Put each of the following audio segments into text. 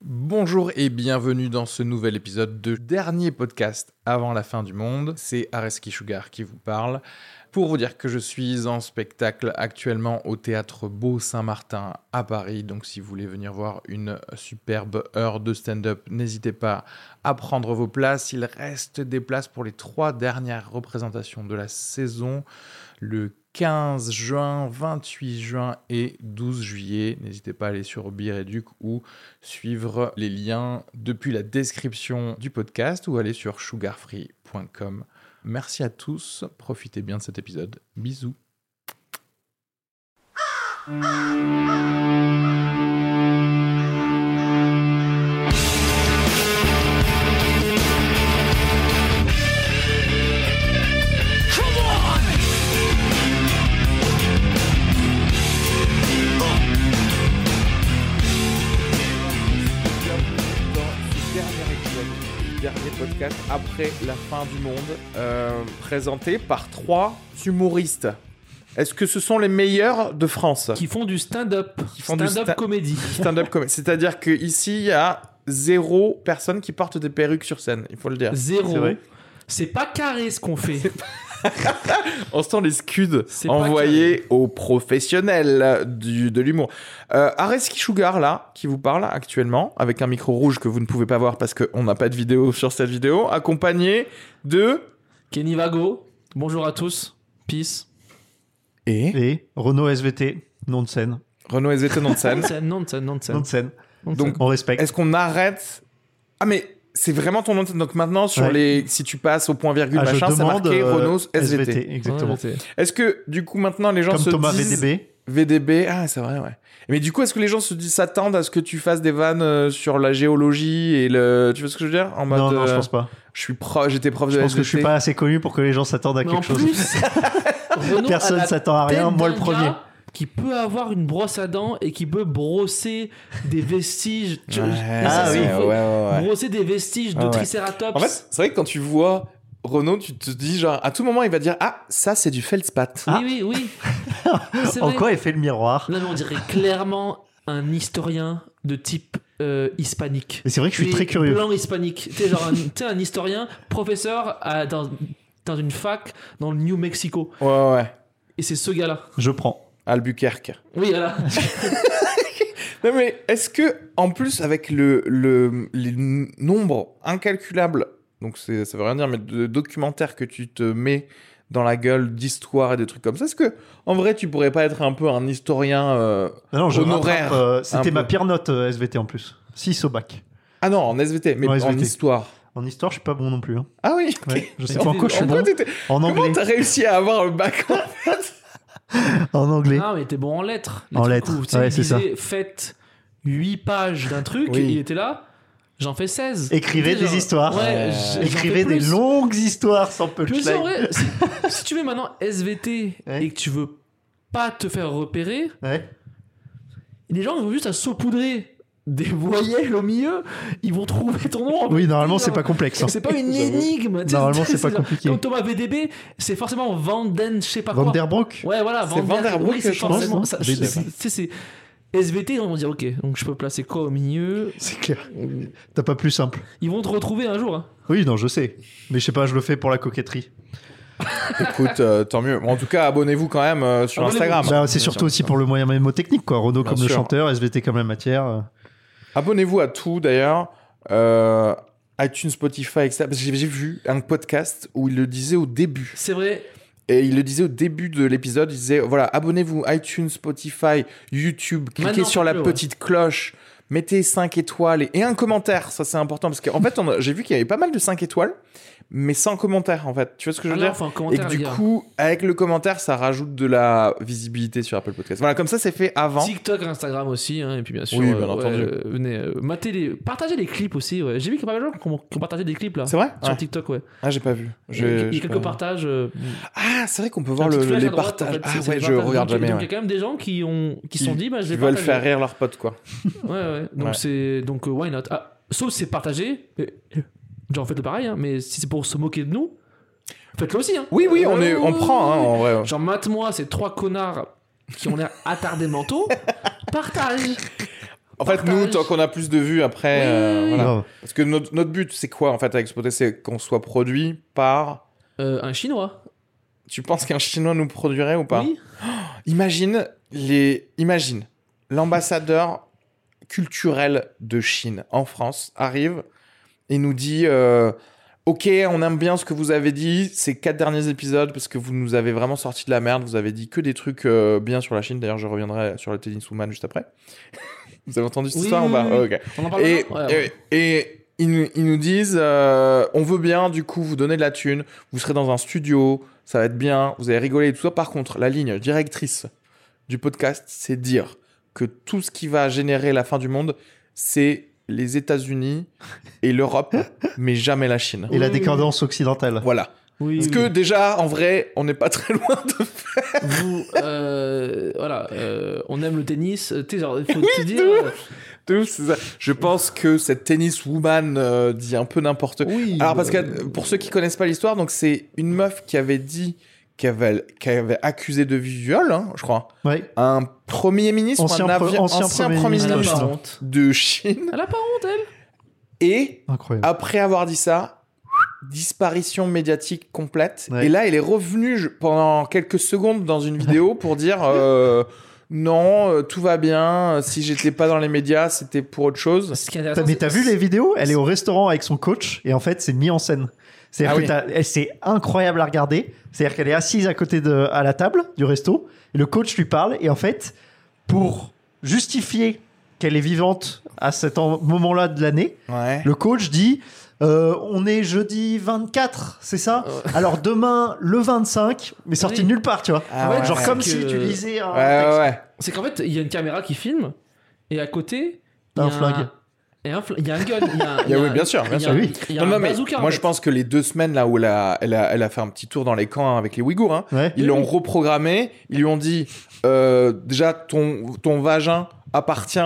Bonjour et bienvenue dans ce nouvel épisode de dernier podcast avant la fin du monde. C'est Areski Sugar qui vous parle. Pour vous dire que je suis en spectacle actuellement au théâtre Beau Saint-Martin à Paris. Donc si vous voulez venir voir une superbe heure de stand-up, n'hésitez pas à prendre vos places. Il reste des places pour les trois dernières représentations de la saison. Le 15 juin, 28 juin et 12 juillet. N'hésitez pas à aller sur Bireduc ou suivre les liens depuis la description du podcast ou aller sur sugarfree.com. Merci à tous, profitez bien de cet épisode. Bisous. dernier épisode, dernier podcast après la fin du monde, euh, présenté par trois humoristes. Est-ce que ce sont les meilleurs de France qui font du stand-up, Qui font du stand-up sta- comédie. Stand-up comedy. C'est-à-dire qu'ici, il y a zéro personne qui porte des perruques sur scène, il faut le dire. Zéro. vrai. C'est pas carré ce qu'on fait. En ce temps, les scuds C'est pas envoyés aux professionnels du, de l'humour. Euh, Areski Sugar, là, qui vous parle actuellement, avec un micro rouge que vous ne pouvez pas voir parce qu'on n'a pas de vidéo sur cette vidéo, accompagné de... Kenny Vago, bonjour à tous. Peace. Et... Et Renault SVT, nom de scène. Renaud SVT non de scène. Nansen, Nansen, Nansen, Nom de scène. Nansen. Donc, On respecte. Est-ce qu'on arrête Ah mais c'est vraiment ton nom. de- Donc maintenant sur Ouais. les, si tu passes au point virgule Ah, je machin, c'est demande, marqué euh, Renault SVT. Exactement. Ouais, Est-ce que du coup maintenant les gens Comme se Thomas disent VDB. VDB, ah c'est vrai ouais. Mais du coup est-ce que les gens se disent s'attendent à ce que tu fasses des vannes euh, sur la géologie et le, tu vois ce que je veux dire En mode, Non, non, je euh, pense pas. je suis prof, j'étais prof Je de E pense que je SVT. suis pas assez connu pour que les gens s'attendent à Mais en quelque chose. plus, Renaud a Personne la s'attend à rien, tête moi le d'un premier. gars Qui peut avoir une brosse à dents et qui peut brosser des vestiges. Tu- Ouais, Mais Ah ça, ouais, c'est ouais, faux. ouais, ouais. Brosser des vestiges de Ah ouais. Triceratops. En fait, c'est vrai que quand tu vois Renaud, tu te dis genre à tout moment il va dire ah ça c'est du feldspath. Oui, oui, oui. C'est En vrai. quoi est fait le miroir Non, mais on dirait clairement un historien de type euh, hispanique. Et c'est vrai que je suis Mais très curieux. Blanc hispanique. T'es genre un, t'es un historien, professeur à- dans, dans une fac dans le New Mexico. Ouais ouais, ouais. Et c'est ce gars-là. Je prends. Albuquerque. Oui, voilà. Non mais est-ce que en plus avec le, le les n- nombres incalculables, donc c'est ça veut rien dire, mais de documentaires que tu te mets dans la gueule d'histoire et des trucs comme ça, est-ce que en vrai tu pourrais pas être un peu un historien euh, Ah Non, non, je Honoraire, rattrape, euh, un C'était ma peu. pire note euh, SVT en plus. 6 au bac. Ah non en SVT, mais En en SVT. histoire. En histoire, je suis pas bon non plus. hein. Ah oui. ok. Ouais, je sais Mais pas en quoi je suis En en bon. quoi t'étais- En Comment anglais. t'as réussi à avoir le bac en fait En anglais. Non, Ah, mais t'es bon en lettres. Les En trucs lettres, où, tu sais, ouais, il c'est ça. disait, Faites 8 pages d'un truc, Oui. il était là. J'en fais 16. Écrivez T'es genre- des histoires. Ouais, Euh, j- j'en Écrivez fais des plus. longues histoires sans Mais c'est punchline. vrai, si, si tu mets maintenant SVT Ouais. et que tu veux pas te faire repérer, Ouais. les gens ils vont juste à saupoudrer des voyelles au milieu, ils vont trouver ton nom. en Oui, normalement, fait. c'est pas complexe. hein. C'est pas une J'avoue. énigme. tu sais, Normalement, c'est pas genre- compliqué. Comme Thomas VDB, c'est forcément Vanden, je sais pas quoi. Vanderbroek. Ouais, voilà, C'est Vanderbroek, oui, c'est je pense, forcément. non ça- VDB. c'est- Tu sais, c'est. SVT, on va dire, ok, donc je peux placer quoi au milieu C'est clair. T'as pas plus simple. Ils vont te retrouver un jour. hein. Oui, non, je sais. Mais je sais pas, je le fais pour la coquetterie. Écoute, euh, tant mieux. En tout cas, abonnez-vous quand même euh, sur Abonnez-vous. Instagram. Bah, c'est surtout aussi pour le moyen mnémotechnique, quoi. Renault Bien comme le sûr. chanteur, SVT comme la matière. euh. Abonnez-vous à tout d'ailleurs. Euh, iTunes, Spotify, etc. Parce que j'ai j'ai vu un podcast où il le disait au début. C'est vrai, Et il le disait au début de l'épisode. Il disait voilà, abonnez-vous iTunes, Spotify, YouTube. Cliquez Maintenant, sur la faites-le, ouais. petite cloche. Mettez 5 étoiles et, et un commentaire. Ça, c'est important. Parce qu'en fait, on a- j'ai vu qu'il y avait pas mal de 5 étoiles, mais sans commentaire, en fait. Tu vois ce que je veux Alors, dire enfin, un et commentaire, que du les gars. coup, avec le commentaire, ça rajoute de la visibilité sur Apple Podcast. Voilà, comme ça, c'est fait avant. TikTok, Instagram aussi, hein, et puis bien sûr, Oui, bien euh, ouais, entendu. euh, venez, euh, matez les, partagez les clips aussi. ouais. J'ai vu qu'il y a pas mal de gens qui ont, qui ont partagé des clips là C'est vrai sur Ouais. TikTok, ouais. Ah, j'ai pas vu. Je- il y a je sais quelques pas. partages. euh, Ah, c'est vrai qu'on peut un voir petit le- flash les à droite, en partages. fait, c'est- ah c'est ouais, les je partages. regarde Donc, jamais. Donc il ouais. y a quand même des gens qui ont, qui Qui- se sont dit, bah je Ils vais veulent partager. faire rire leurs potes, quoi. Ouais, ouais. Donc Ouais. c'est donc euh, why not Ah, Sauf si c'est partagé, mais- genre faites le pareil. hein, mais si c'est pour se moquer de nous, faites-le aussi. hein. Oui, oui, on, Ouais, est, ouais, on ouais, prend, hein, ouais. en vrai. Genre mate-moi ces trois connards qui ont l'air attardés mentaux, partage. En fait, Partage. nous, tant qu'on a plus de vues après, Oui, euh, oui, voilà. Grave. Parce que notre, notre but, c'est quoi en fait avec ce podcast C'est qu'on soit produit par. Euh, un chinois. Tu penses qu'un Chinois nous produirait ou pas Oui. Imagine les. Imagine l'ambassadeur culturel de Chine en France arrive et nous dit. euh, Ok, on aime bien ce que vous avez dit ces quatre derniers épisodes parce que vous nous avez vraiment sorti de la merde. Vous avez dit que des trucs euh, bien sur la Chine. D'ailleurs, je reviendrai sur le tennis woman juste après. vous avez entendu cette Oui, histoire oui, ou pas Ah, oui, oui. Ok. On en parle Et, maintenant Ouais, et, et ils, nous, ils nous disent euh, on veut bien, du coup, vous donner de la thune, vous serez dans un studio, ça va être bien, vous allez rigoler et tout ça. Par contre, la ligne directrice du podcast, c'est dire que tout ce qui va générer la fin du monde, c'est les États-Unis et l'Europe, mais jamais la Chine. Et la Oui, oui, décadence occidentale. Voilà. Oui, Parce oui. que déjà, en vrai, on n'est pas très loin de vous, euh, voilà, euh, on aime le tennis. euh, Tu sais, genre, il faut te dire. euh, tout. c'est ça. Je pense que cette tennis woman euh, dit un peu n'importe oui. Alors parce euh, que pour ceux qui connaissent pas l'histoire, donc c'est une meuf qui avait dit qu'elle avait, qu'elle avait accusé de viol, hein, je crois, Ouais. un premier ministre, Ancien un pre- avi- ancien premier elle a ministre. pas honte. de Chine. Elle a pas honte, elle. Et Incroyable. après avoir dit ça, disparition médiatique complète. Ouais. Et là, elle est revenue je- pendant quelques secondes dans une vidéo pour dire euh, non, euh, tout va bien. euh, Si j'étais pas dans les médias, c'était pour autre chose. Ce qui est T'as- intéressant, mais t'as c'est- vu les vidéos Elle est au restaurant avec son coach et en fait c'est mis en scène. C'est-à-dire Ah que oui. t'as- elle- c'est incroyable à regarder. C'est-à-dire qu'elle est assise à côté de à la table du resto et le coach lui parle et en fait pour justifier qu'elle est vivante à cet en- moment-là de l'année, Ouais. le coach dit euh, on est jeudi 24, c'est ça Euh. Alors demain le 25, mais sorti Oui. de nulle part, tu vois. Ah ouais, Genre ouais. comme Que- si tu lisais un Ouais, ouais, texte. ouais. C'est qu'en fait, il y a une caméra qui filme et à côté. T'as il y Ah, un a flingue. et un fl- Il y a un gun. Il y a, un- Il y a- il y a oui, un- bien sûr, bien il y a sûr. un- oui. il y a Non, un non, mais bazooka, en moi fait. je pense que les deux semaines là où elle a, elle a, elle a fait un petit tour dans les camps avec les Ouïghours, hein, Ouais. ils Oui, l'ont oui. reprogrammé, ils lui ont dit euh, déjà ton, ton vagin appartient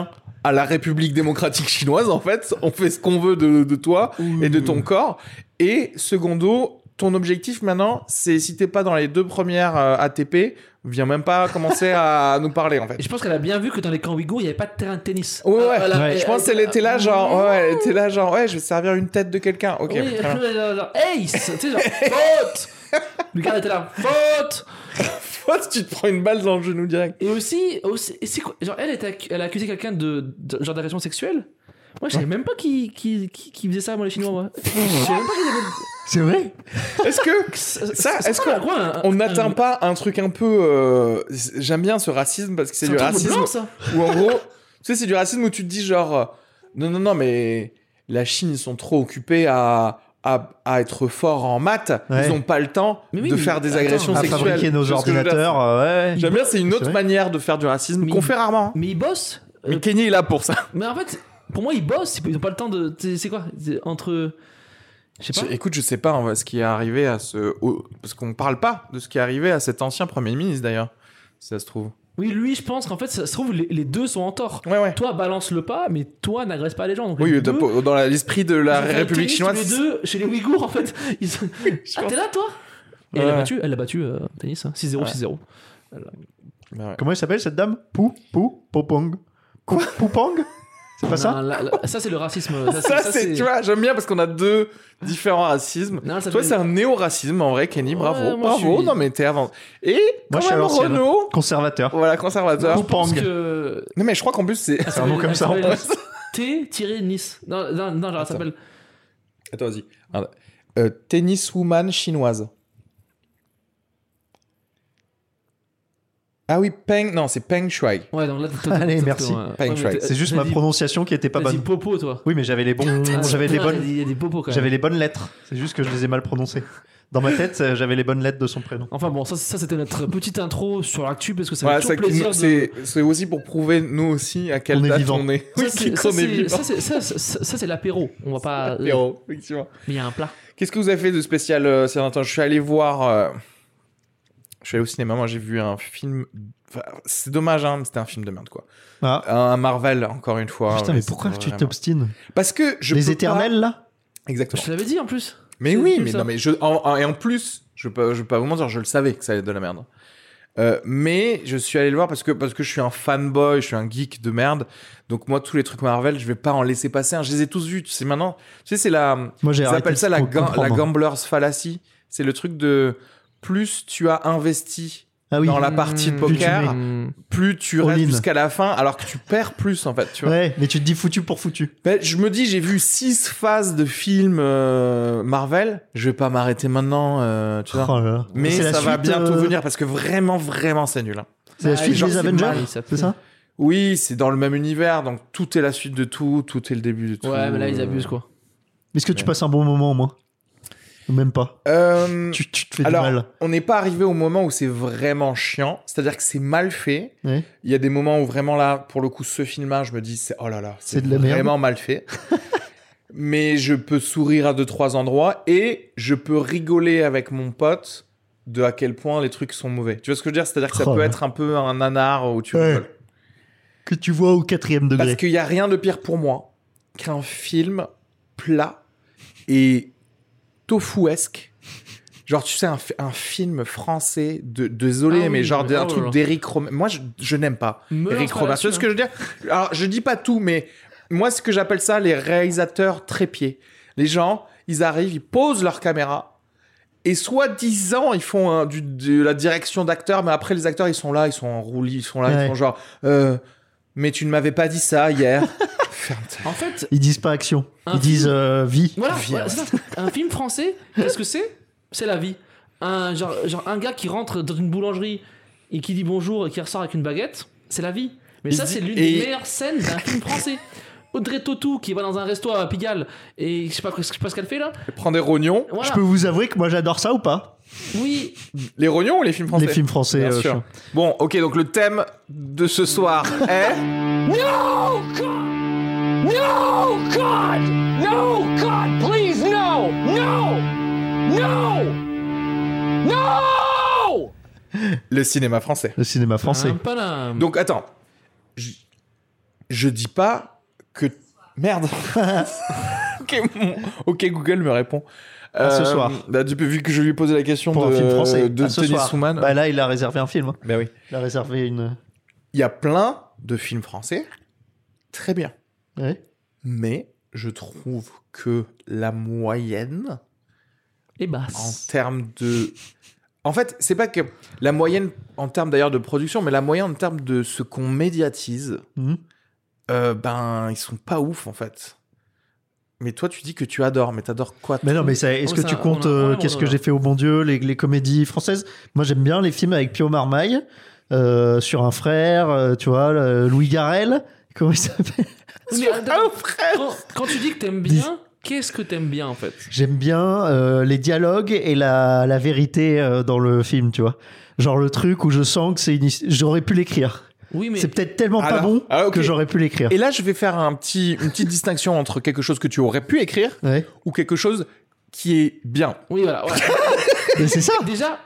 à la République démocratique chinoise en fait, on fait ce qu'on veut de, de toi et de Hmm. ton corps. Et secondo, ton objectif maintenant c'est si t'es pas dans les deux premières euh, ATP, viens même pas commencer à nous parler en fait. Et je pense qu'elle a bien vu que dans les camps Ouïghours, il n'y avait pas de terrain de tennis. Ouais, ouais. Ah, voilà. Ouais. Et- euh, Je pense qu'elle était là genre ouais, elle était là genre ouais je vais servir une tête de quelqu'un. Ok. oui, Ah. très bien. genre, genre, hey, tu sais, genre, faute Le gars était là, faute Toi, tu te prends une balle dans le genou direct. Et aussi, aussi et c'est quoi Genre, elle, était accu- elle a accusé quelqu'un de, de- genre d'agression sexuelle Moi, je savais même pas qui, qui, qui, qui faisait ça, moi, les Chinois, moi. Je savais même pas qu'ils avaient- C'est vrai Est-ce que C'est- Ça, c'est est-ce pas, que quoi, un- on un- n'atteint un- pas un truc un peu euh, c'est- J'aime bien ce racisme parce que c'est un du truc de racisme blanc, ça où en gros, tu sais, c'est du racisme où tu te dis genre euh, non non non mais la Chine ils sont trop occupés à à, à être forts en maths, Ouais. ils n'ont pas le temps Mais oui, de mais faire des attends, agressions à À sexuelles. fabriquer Tu nos vois ce que je veux dire ordinateurs, euh, ouais. J'aime bien, c'est une C'est autre vrai. manière de faire du racisme Mais qu'on il- fait rarement. hein. Mais ils bossent Mais Kenny est là pour ça. Mais en fait, pour moi, ils bossent, ils n'ont pas le temps de. c'est- C'est quoi C'est Entre. Je sais pas. Écoute, je sais pas hein, ce qui est arrivé à ce au- parce qu'on parle pas de ce qui est arrivé à cet ancien premier ministre d'ailleurs. Si ça se trouve. Oui, lui, je pense qu'en fait, ça se trouve, les, les deux sont en tort. Ouais ouais. Toi, balance le pas, mais toi, n'agresse pas les gens. Donc, les Oui, deux, dans- pour- dans la- l'esprit de la ils ont fait le République tennis chinoise. tous Les deux, chez les Ouïghours, en fait. Ils sont- Ah, t'es là, toi Et elle Ouais. l'a battu, elle l'a battu, euh, tennis, hein. 6-0, Ouais. 6-0. Bah ouais. Comment elle s'appelle cette dame Pou, Pou, Popong. Quoi Poupong C'est pas ça Non, là, là, Ça, c'est le racisme. Ça, Ça, c'est, tu vois, j'aime bien parce qu'on a deux différents racismes. Non, ça Toi, fait- c'est un néo-racisme en vrai, Kenny, bravo, Ouais, moi, bravo. je suis- Non, mais t'es avant. Et Moi, je quand suis à même, l'ancienne. Renault, Conservateur. voilà, conservateur. Je pense Poupang. que. Ah, Non, mais je crois qu'en plus, c'est. C'est un nom comme ça, en T tiré Nice. Non, non, non, genre, Attends. ça s'appelle. Attends, vas-y. Euh, tenniswoman chinoise. Ah oui, Peng. Non, c'est Peng Shuai. Ouais, donc là, t'as- t'as- Allez, t'as- merci. t'as- Fine ouais, try. mais t'as- C'est juste t'as ma dit- prononciation qui était pas t'as dit bonne. popo, toi. Oui, mais j'avais les bons, Ah, j'avais les putain, bonnes, Il y a des popos, quand même. j'avais les bonnes lettres. C'est juste que je les ai mal prononcées. Dans ma tête, euh, j'avais les bonnes lettres de son prénom. Enfin bon, ça, ça c'était notre petite intro sur l'actu parce que ça Voilà, fait ça toujours qui- plaisir. de- c'est, c'est aussi pour prouver, nous aussi, à quelle On est date vivant. on est. Ça, Oui, c'est- qu'on ça, est c'est- vivant. Ah, ça, c'est- ça, ça, ça, c'est l'apéro. On va pas. euh, Apéro, effectivement. Mais il y a un plat. Qu'est-ce que vous avez fait de spécial euh, ces derniers temps Je suis allé voir. euh, Je suis allé au cinéma. Moi, j'ai vu un film. enfin, c'est dommage, hein, mais c'était un film de merde, quoi. Ah. Un Marvel, encore une fois. Putain, mais Ouais, pourquoi c'est tu vraiment- t'obstines Parce que je. Les peux éternels, là pas- Exactement. Je te l'avais dit en plus. Mais C'est oui, plus mais ça. non, mais je. en- en- et en plus, je peux, je peux pas vous mentir, je le savais que ça allait être de la merde. Euh, mais je suis allé le voir parce que, parce que je suis un fanboy, je suis un geek de merde. Donc moi, tous les trucs Marvel, je vais pas en laisser passer. un. Je les ai tous vus. Tu sais, maintenant, tu sais, c'est la. Moi, j'ai Ils arrêté appellent ça de la, co- gam- la comprendre. gambler's fallacy. C'est le truc de plus tu as investi, Ah oui. dans la partie de Mmh. poker, Mmh. plus tu All restes in. jusqu'à la fin, alors que tu perds plus en fait. Tu vois. Ouais, mais tu te dis foutu pour foutu. Ben, je me dis, j'ai vu six phases de films euh, Marvel. Je vais pas m'arrêter maintenant, euh, tu vois. Oh là là. Mais C'est la ça va suite, bientôt euh, venir parce que vraiment, vraiment, c'est nul. hein. C'est la Ah, suite genre, des c'est Avengers, mal, ça c'est ça Oui, c'est dans le même univers, donc tout est la suite de tout, tout est le début de tout. Ouais, mais là, ils abusent, quoi. Est-ce que tu Ouais. passes un bon moment au moins Ou Même pas. Euh, Tu, tu te fais alors, du mal. on n'est pas arrivé au moment où c'est vraiment chiant, c'est-à-dire que c'est mal fait. Ouais. Il y a des moments où vraiment là, pour le coup, ce film-là, je me dis, c'est- oh là là, C'est de la merde. vraiment mal fait. Mais je peux sourire à deux trois endroits et je peux rigoler avec mon pote de à quel point les trucs sont mauvais. Tu vois ce que je veux dire C'est-à-dire que ça Oh peut là. être un peu un nanar où tu Ouais. rigoles. Que tu vois au quatrième Parce degré. qu'il n'y a rien de pire pour moi qu'un film plat et tofuesque. Genre, tu sais, un, fi- un film français, de, désolé, Ah mais oui, genre mais un oh là truc là. d'Eric Romer. Moi, je, je n'aime pas Me lance Eric pas Romer. Tu là-dessus, vois ce que je veux dire Alors, je dis pas tout, mais moi, ce que j'appelle ça, les réalisateurs trépieds. Les gens, ils arrivent, ils posent leur caméra. Et soi-disant, ils font hein, du- de la direction d'acteur, mais après, les acteurs, ils sont là, ils sont en roulis, ils sont là, Ouais. ils sont genre, Euh, mais tu ne m'avais pas dit ça hier. Ferme ta- hein. En fait, Ils disent pas action. Un Ils disent euh, vie. Voilà, Vie, hein. voilà, ouais. c'est ça. un film français, qu'est-ce que c'est C'est la vie. Un, genre, genre un gars qui rentre dans une boulangerie et qui dit bonjour et qui ressort avec une baguette, c'est la vie. Mais Il ça, dit- c'est l'une et- des meilleures scènes d'un film français. Audrey Tautou qui va dans un resto à Pigalle et je sais pas, je sais pas ce qu'elle fait là. Prends des rognons. Voilà. Je peux vous avouer que moi j'adore ça ou pas Oui, Les rognons ou les films français Les films français. Bien euh, sûr. Bon, ok, donc le thème de ce soir est. No God! No God! No God! Please no! No! No! No! le cinéma français. Le cinéma français. Un palin. Donc attends. Je, je dis pas que. Merde ok, mon- ok, Google me répond. À ce soir. bah, depuis, vu que je lui posais la question Pour de, un film français. de à ce Denis soir. Souman. Bah là, il a réservé un film. hein. Bah oui. Il a réservé une. Il y a plein de films français. Très bien. Ouais. Mais je trouve que la moyenne. Et en basse. termes de. En fait, c'est pas que la moyenne en termes d'ailleurs de production, mais la moyenne en termes de ce qu'on médiatise, Mhm. euh, ben ils sont pas ouf en fait. Mais toi, tu dis que tu adores, mais t'adores quoi toi Mais non, mais ça- est-ce Oh, que ça, tu on a- comptes on a- euh, on a- Qu'est-ce on a- que j'ai fait au bon Dieu les, les comédies françaises Moi, j'aime bien les films avec Pio Marmaille, euh, Sur un frère, euh, tu vois, le- Louis Garrel. Comment il s'appelle Mais ah attends, quand, quand tu dis que t'aimes bien, qu'est-ce que t'aimes bien en fait J'aime bien euh, les dialogues et la, la vérité euh, dans le film, tu vois. Genre le truc où je sens que c'est une... his- J'aurais pu l'écrire. Oui, mais C'est peut-être tellement pas Alors- bon Ah, ok. que j'aurais pu l'écrire. Et là, je vais faire un petit, une petite distinction entre quelque chose que tu aurais pu écrire Ouais. ou quelque chose qui est bien. oui, voilà. voilà. Mais c'est ça Déjà,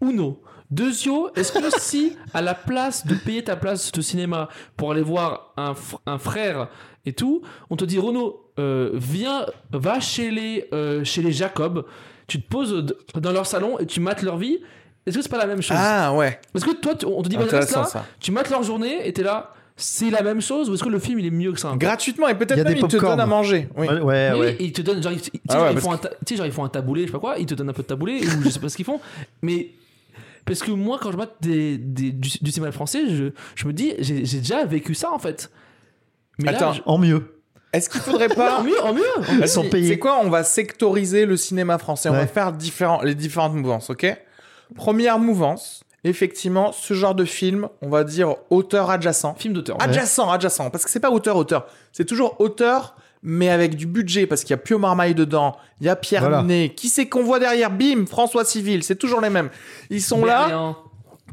Uno. Deuxio, est-ce que si, à la place de payer ta place de cinéma pour aller voir un, fr- un frère et tout, on te dit Renaud, euh, viens, va chez les, euh, chez les Jacob, tu te poses d- dans leur salon et tu mates leur vie, est-ce que c'est pas la même chose Ah ouais, Est-ce que toi, tu- on te dit, vas reste intéressant là, ça. tu mates leur journée et t'es là, c'est la même chose ou est-ce que le film il est mieux que ça Gratuitement et Il y a peut-être des même ils te pop-corn. donnent à manger. Oui. Ouais, ouais. Mais oui, Eh ouais. et ils te donnent, genre, ils, tu sais, Ah genre, ouais, ils parce font un ta- tu sais, genre, ils font un taboulé, je sais pas quoi, ils te donnent un peu de taboulé, ou je sais pas ce qu'ils font, mais. Parce que moi, quand je mate des, des- du, du cinéma français, je, je me dis, j'ai j'ai déjà vécu ça en fait. Mais là, Attends. je- En mieux. Est-ce qu'il faudrait pas en mieux, en mieux Vas-y, sont payés. Ah, C'est quoi On va sectoriser le cinéma français. On va Ouais. faire différents, les différentes mouvances, ok Première mouvance, effectivement, ce genre de film, on va dire auteur adjacent. Film d'auteur. Adjacent, adjacent, parce que c'est pas auteur-auteur. C'est toujours auteur, mais avec du budget, parce qu'il y a Pio Marmaille dedans, il y a Pierre Voilà. Ninet. Qui c'est qu'on voit derrière Bim, François Civil, c'est toujours les mêmes. Ils sont là. Berléand.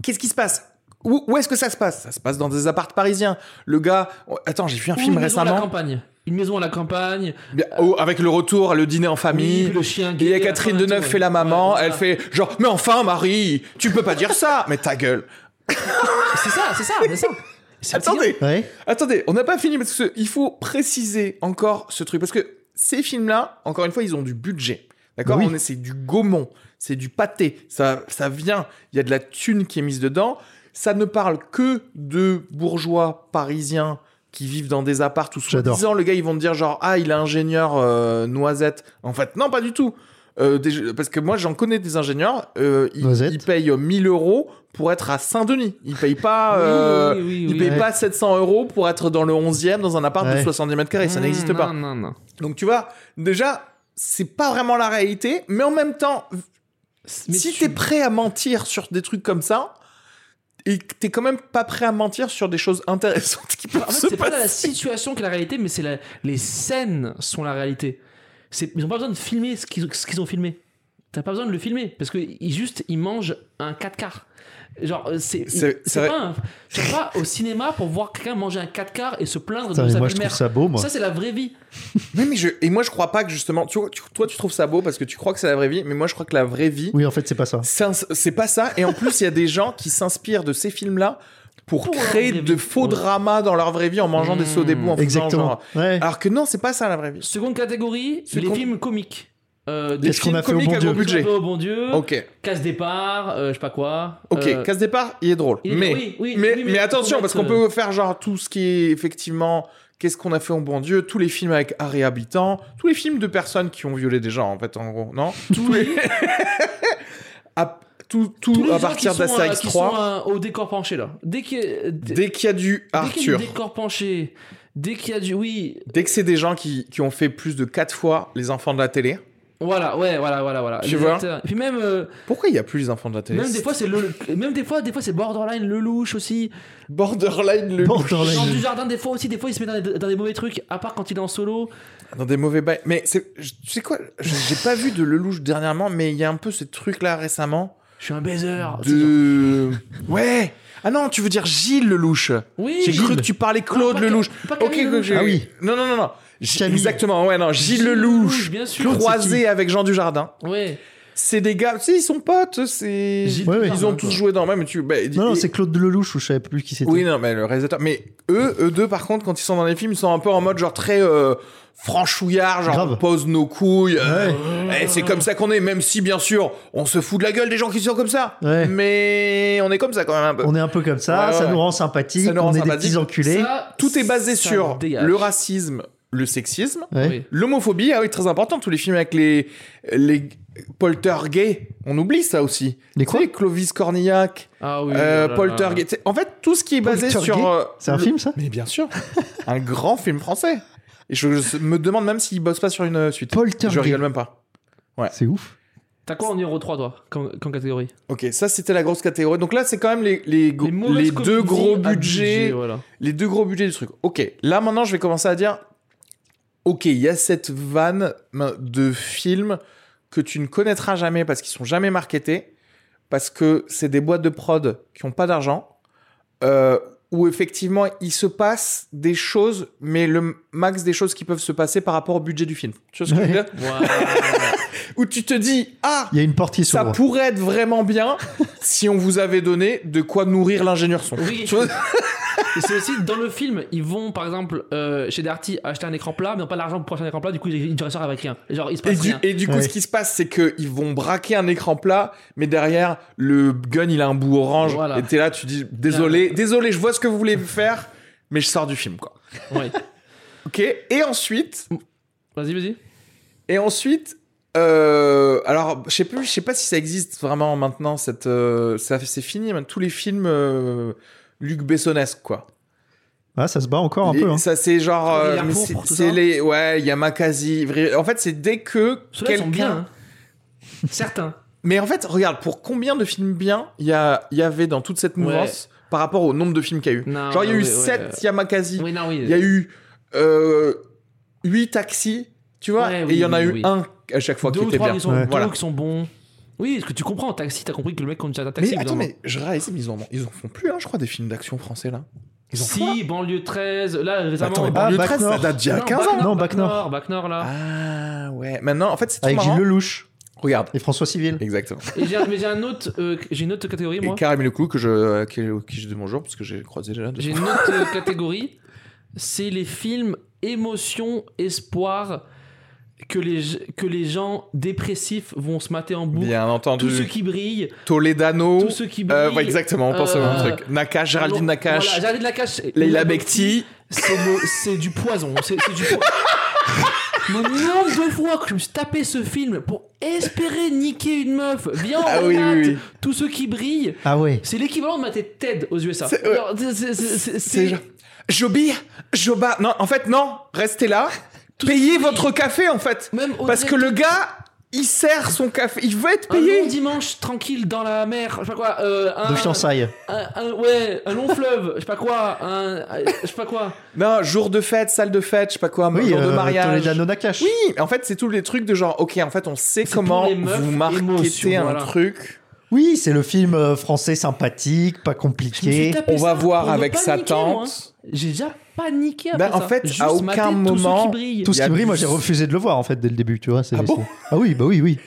Qu'est-ce qui se passe où, où est-ce que ça se passe Ça se passe dans des appartes parisiens. Le gars, oh, attends, j'ai vu un Ou film une maison à la récemment campagne. Une maison à la campagne. Bien, oh, avec le retour, le dîner en oui, famille. puis le chien Il y a gay, Catherine enfin, et Deneuve tout, fait la ouais. maman, Ouais, elle voilà. fait genre mais enfin Marie, tu peux pas dire ça, mais ta gueule. C'est ça, c'est ça, c'est ça. C'est Attendez, Ouais. attendez, on n'a pas fini parce que ce- il faut préciser encore ce truc parce que ces films là, encore une fois, ils ont du budget. D'accord Oui. On est- C'est du gaumont, c'est du pâté, ça, ça vient, il y a de la thune qui est mise dedans. Ça ne parle que de bourgeois parisiens qui vivent dans des apparts où J'adore. soi-disant, le gars, ils vont te dire genre, ah, il est ingénieur euh, noisette. En fait, non, pas du tout. Euh, des- parce que moi, j'en connais des ingénieurs, euh, ils, Noisette. ils payent 1000 euros pour être à Saint-Denis. Ils payent pas... euh, oui, oui, il oui, paye oui. pas 700 euros pour être dans le 11e dans un appart de Ouais. 70 mètres carrés, ça Mmh, n'existe pas. Non, non, non. Donc tu vois, déjà, c'est pas vraiment la réalité, mais en même temps, Mais si tu- t'es prêt à mentir sur des trucs comme ça, et que t'es quand même pas prêt à mentir sur des choses intéressantes qui peuvent En fait, se c'est pas la passer. situation qui est la réalité, mais c'est la... les scènes sont la réalité. C'est... Ils ont pas besoin de filmer ce qu'ils, ce qu'ils ont filmé. T'as pas besoin de le filmer parce que ils- juste ils mangent un 4 quarts. Genre euh, c'est C'est- c'est c'est pas un- tu vas pas au cinéma pour voir quelqu'un manger un 4 quarts et se plaindre Putain, de mais sa moi, je belle-mère. trouve ça beau, moi. Ça, c'est la vraie vie. Mais, mais je, et moi je crois pas que justement, tu, vois, tu- toi tu trouves ça beau parce que tu crois que c'est la vraie vie, mais moi je crois que la vraie vie, Oui, en fait, c'est pas ça. c'est un- c'est pas ça. Et en plus il y a des gens qui s'inspirent de ces films-là pour, Pour leur créer vraie de vie. faux Ouais. Mmh. dramas dans leur vraie vie en mangeant des sauts des bouts en faisant genre, Ah, Exactement. Ouais. Alors que non, c'est pas ça la vraie vie. Seconde catégorie, Seconde- les films comiques. Euh, des Des Qu'est-ce qu'on films a fait au comiques bon à Dieu gros budget. Un peu au bon Dieu, Ok, casse départ, euh, je sais pas quoi. ok. euh, Casse départ, il est drôle. il est- mais, oui, oui, mais, oui, mais attention, faut parce qu'on mettre, euh, peut faire genre tout ce qui est effectivement. Qu'est-ce qu'on a fait au bon Dieu Tous les films avec Harry Habitant, tous les films de personnes qui ont violé des gens, en fait, en gros, non euh, Tous les. à, tout tout tous les gens à qui partir sont, euh, d'Astérix qui 3. sont, euh, au décor penché là. Dès qu'il y a- dès- Dès qu'il y a du dès qu'il y a Arthur, du décor penché, dès qu'il y a du oui, dès que c'est des gens qui, qui ont fait plus de 4 fois les enfants de la télé. voilà, ouais, voilà, voilà, voilà. Tu Les vois acteurs. Et puis même euh, Pourquoi il n'y a plus les enfants de la télé même des fois c'est le même des fois des fois c'est borderline Lelouch aussi. Borderline, le Borderline. Jean du jardin des fois aussi des fois il se met dans des, dans des mauvais trucs à part quand il est en solo. Dans des mauvais bails. Mais c'est, je- tu sais quoi je- J'ai pas vu de Lelouch dernièrement, mais il y a un peu ce truc-là récemment. Je suis un baiser. Ah, De. Ouais Ah non, tu veux dire Gilles Lelouch Oui. J'ai cru Gilles. que tu parlais Claude Non, pas Lelouch. Ca- pas Camille ok, Lelouch. j'ai- Ah oui. Non, non, non, non. J- Camille. Exactement, ouais, non. Gilles, Gilles Lelouch, Lelouch, bien sûr. croisé avec Jean Dujardin. Ouais. C'est des gars, tu sais, ils sont potes, c'est. Gilles Ouais, ouais. Ils ont Dujardin, tous quoi. joué dans le même. Tu... bah, Non, non, et- c'est Claude Lelouch ou je savais plus qui c'était. Oui, non, mais le réalisateur. Mais eux, eux deux, par contre, quand ils sont dans les films, ils sont un peu en mode genre très euh, franchouillard, genre Grave. on pose nos couilles. euh, Ouais. eh, c'est comme ça qu'on est, même si bien sûr, on se fout de la gueule des gens qui sont comme ça. Ouais. Mais on est comme ça quand même un peu. On est un peu comme ça, Ouais, ouais, ça ouais. nous rend sympathiques, Ça nous rend on est sympathiques. des petits enculés. Ça, Tout est basé ça sur dégage. le racisme, le sexisme, Ouais. Oui. l'homophobie. Ah oui, très important. Tous les films avec les les poltergeists, on oublie ça aussi. Les Tu quoi sais, Clovis Cornillac, Ah oui. euh, oh là là. poltergeist. En fait, tout ce qui est basé Poltergeist, sur euh, C'est un le- film, ça Mais bien sûr, un grand film français. Et je, je me demande même s'il bosse pas sur une euh, suite. Poltergeist. Je rigole même pas. C'est ouf. T'as quoi en numéro 3 toi comme, comme catégorie Ok, ça c'était la grosse catégorie. Donc là, c'est quand même les, les, gros- Les mauvaises les deux comédies gros à budgets, budget, voilà. les deux gros budgets du truc. Ok, là maintenant, je vais commencer à dire, ok, il y a cette vanne de films que tu ne connaîtras jamais parce qu'ils sont jamais marketés, parce que c'est des boîtes de prod qui ont pas d'argent, euh, où effectivement il se passe des choses, mais le max des choses qui peuvent se passer par rapport au budget du film. Tu vois ce que je veux Ouais. dire Voilà. Où tu te dis ah Il y a une porte qui ça s'ouvre. pourrait être vraiment bien si on vous avait donné de quoi nourrir l'ingénieur son. Oui. Tu vois Et c'est aussi dans le film, ils vont par exemple euh, chez Darty acheter un écran plat, mais ils n'ont pas l'argent pour acheter un écran plat, du coup ils, ils ressortent avec rien. Genre il se Et passe du, rien. et du coup, Ouais. ce qui se passe, c'est qu'ils vont braquer un écran plat, mais derrière, le gun, il a un bout orange. Voilà. Et t'es là, tu dis, désolé, désolé, je vois ce que vous voulez faire, mais je sors du film, quoi. Ouais. Ok Et ensuite, Vas-y, vas-y. et ensuite, euh, alors, je sais plus, je sais pas si ça existe vraiment maintenant, cette, euh, ça, c'est fini, maintenant, tous les films euh, Luc Bessonesque, quoi. Ah, ça se bat encore un Les- peu. hein. Ça, c'est genre, Les euh, Yards mais Courts, c'est tout c'est ça. les, ouais, Yamakasi. Vri- En fait, c'est dès que Ceux-là ils sont bien. quelqu'un hein. Certains. Mais en fait, regarde, pour combien de films bien il y, a- il y avait dans toute cette mouvance par rapport au nombre de films qu'il y a eu Non, Genre, il y a ouais, eu ouais, 7 ouais. Yamakasi, Oui, non, oui. il y a eu euh, 8 taxis, tu vois, Ouais, et oui, il y en a oui, eu oui. un à chaque fois deux qui ou était trois bien. qui sont, Ouais. deux Voilà. qui sont bons. Oui, est-ce que tu comprends en taxi T'as compris que le mec conduit un taxi Mais au bout d'un attends, moment. mais je réalise, mais ils en, ils en font plus, hein, je crois, des films d'action français là. Ils en font Si, banlieue 13, là récemment. Attends, mais Ah, Banlieue Bac 13, ça Nord. date d'il y a 15 ans. Nord. Non, Bac Bac Nord. Nord, Bac Nord, là. Ah ouais, maintenant, en fait, c'est trop Avec Gilles marrant. Lelouch Regarde. et François Civil. Exactement. Et j'ai mais j'ai un autre, euh, j'ai une autre catégorie moi. Et Karim Leclou, que je, euh, qui, qui je dis bonjour, parce que j'ai croisé déjà deux J'ai une autre euh, catégorie, c'est les films émotion, espoir, que les, que les gens dépressifs vont se mater en boucle. Bien Tous ceux entendu. qui brillent, Toledano. tous ceux qui brillent. Euh, ouais, exactement, on pense au même Euh, truc. Nakash, Géraldine Voilà, Nakash, Géraldine Nakache. Leila Bekti. C'est le- c'est du poison. C'est c'est du poison. Le nombre de fois que je me suis tapé ce film pour espérer niquer une meuf, viens on Ah oui, remate, oui, oui. tous ceux qui brillent, Ah ouais. c'est l'équivalent de mater TED aux USA. C'est- ouais. Alors, c'est- c'est- c'est- c'est- C'est genre, Joby, Joba. Non, en fait, non, restez là. Payez votre café, en fait. Même au- Parce que le gars, il sert son café. Il veut être un long payé. dimanche tranquille dans la mer, je sais pas quoi, euh, un, Ah. De fiançailles. un- un- ouais, un long fleuve, je sais pas quoi, un, je sais pas quoi. Non, jour de fête, salle de fête, je sais pas quoi, Oui, jour de euh, mariage. Toledano Nakash. Oui, en fait, c'est tous les trucs de genre, ok, en fait, on sait C'est comment pour les meufs, vous marketer émotion, un voilà. truc. Oui, c'est le film euh, français sympathique, pas Je me suis compliqué. tapé On va ça voir pour ne avec pas sa niquer, moi. hein. tante. J'ai déjà paniqué après Ben, en ça. fait, à Juste aucun mater tous ceux moment, qui brillent. Tout ce Il y a qui brille, moi du- j'ai refusé de le voir en fait dès le début, tu vois. c'est- Ah bon c'est- ah oui, bah oui, oui.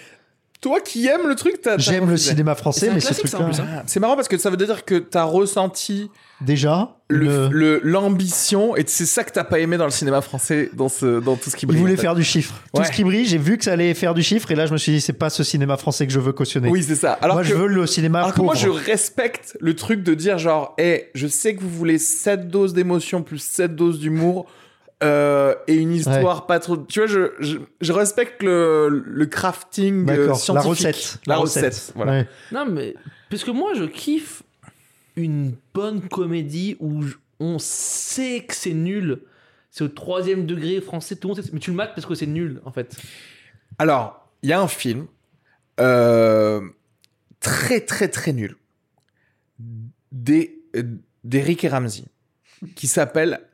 Toi qui aimes le truc, t'as. t'as J'aime le refusé. cinéma C'est français, un mais ce classique, ça, en truc-là, plus, hein. Ah, C'est marrant parce que ça veut dire que t'as ressenti déjà, le- le- le- l'ambition et c'est ça que t'as pas aimé dans le cinéma français, dans, ce, dans tout ce qui il brille. en voulait fait. faire du chiffre. Tout Ouais. ce qui brille, j'ai vu que ça allait faire du chiffre, et là je me suis dit, c'est pas ce cinéma français que je veux cautionner. Oui, c'est ça. Alors moi que, je veux le cinéma alors que pauvre. moi, je respecte le truc de dire genre, hé, je sais que vous voulez 7 doses d'émotion plus 7 doses d'humour euh, et une histoire pas trop. Tu vois, je, je, je respecte le, le crafting euh, D'accord, la scientifique. recette. La recette, voilà. Ouais. Non, mais. Parce que moi, je kiffe une bonne comédie où je- on sait que c'est nul. C'est au troisième degré français, tout le monde sait. Mais tu le mates parce que c'est nul, en fait. Alors, il y a un film euh, très très très nul d'E- euh, d'Eric et Ramsey qui s'appelle Double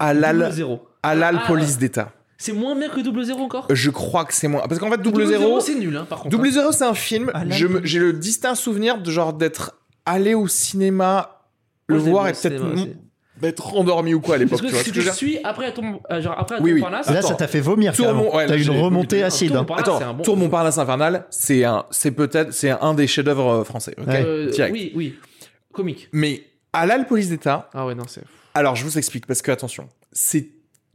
Halal, zéro. Halal Ah, Police d'État. C'est moins bien que double zéro encore Je crois que c'est moi. Parce qu'en fait, Euh, Double, Zéro, c'est nul, hein, par contre. Double Zéro, c'est un film. Halal je me- Police. J'ai le distinct souvenir de genre d'être allé au cinéma, le voir et peut-être m- m'être endormi ou quoi à l'époque. Parce Tu que vois si ce tu que je le veux dire suis après à ton. euh, Genre après à ton Oui, oui. Parnasse, Là, Ah, Attends. ça t'a fait vomir. Tourmon- carrément. ouais, T'as eu j'ai- une remontée Ah, acide. Tourmon hein. Parnasse, c'est un Attends, bon- Tour mon parnasse infernal, c'est un, c'est peut-être, c'est un des chefs-d'œuvre euh, français. ok euh, Direct. oui, oui. Comique. Mais Halal Police d'État, Ah ouais, non, c'est. Alors, je vous explique, parce que, attention, c'est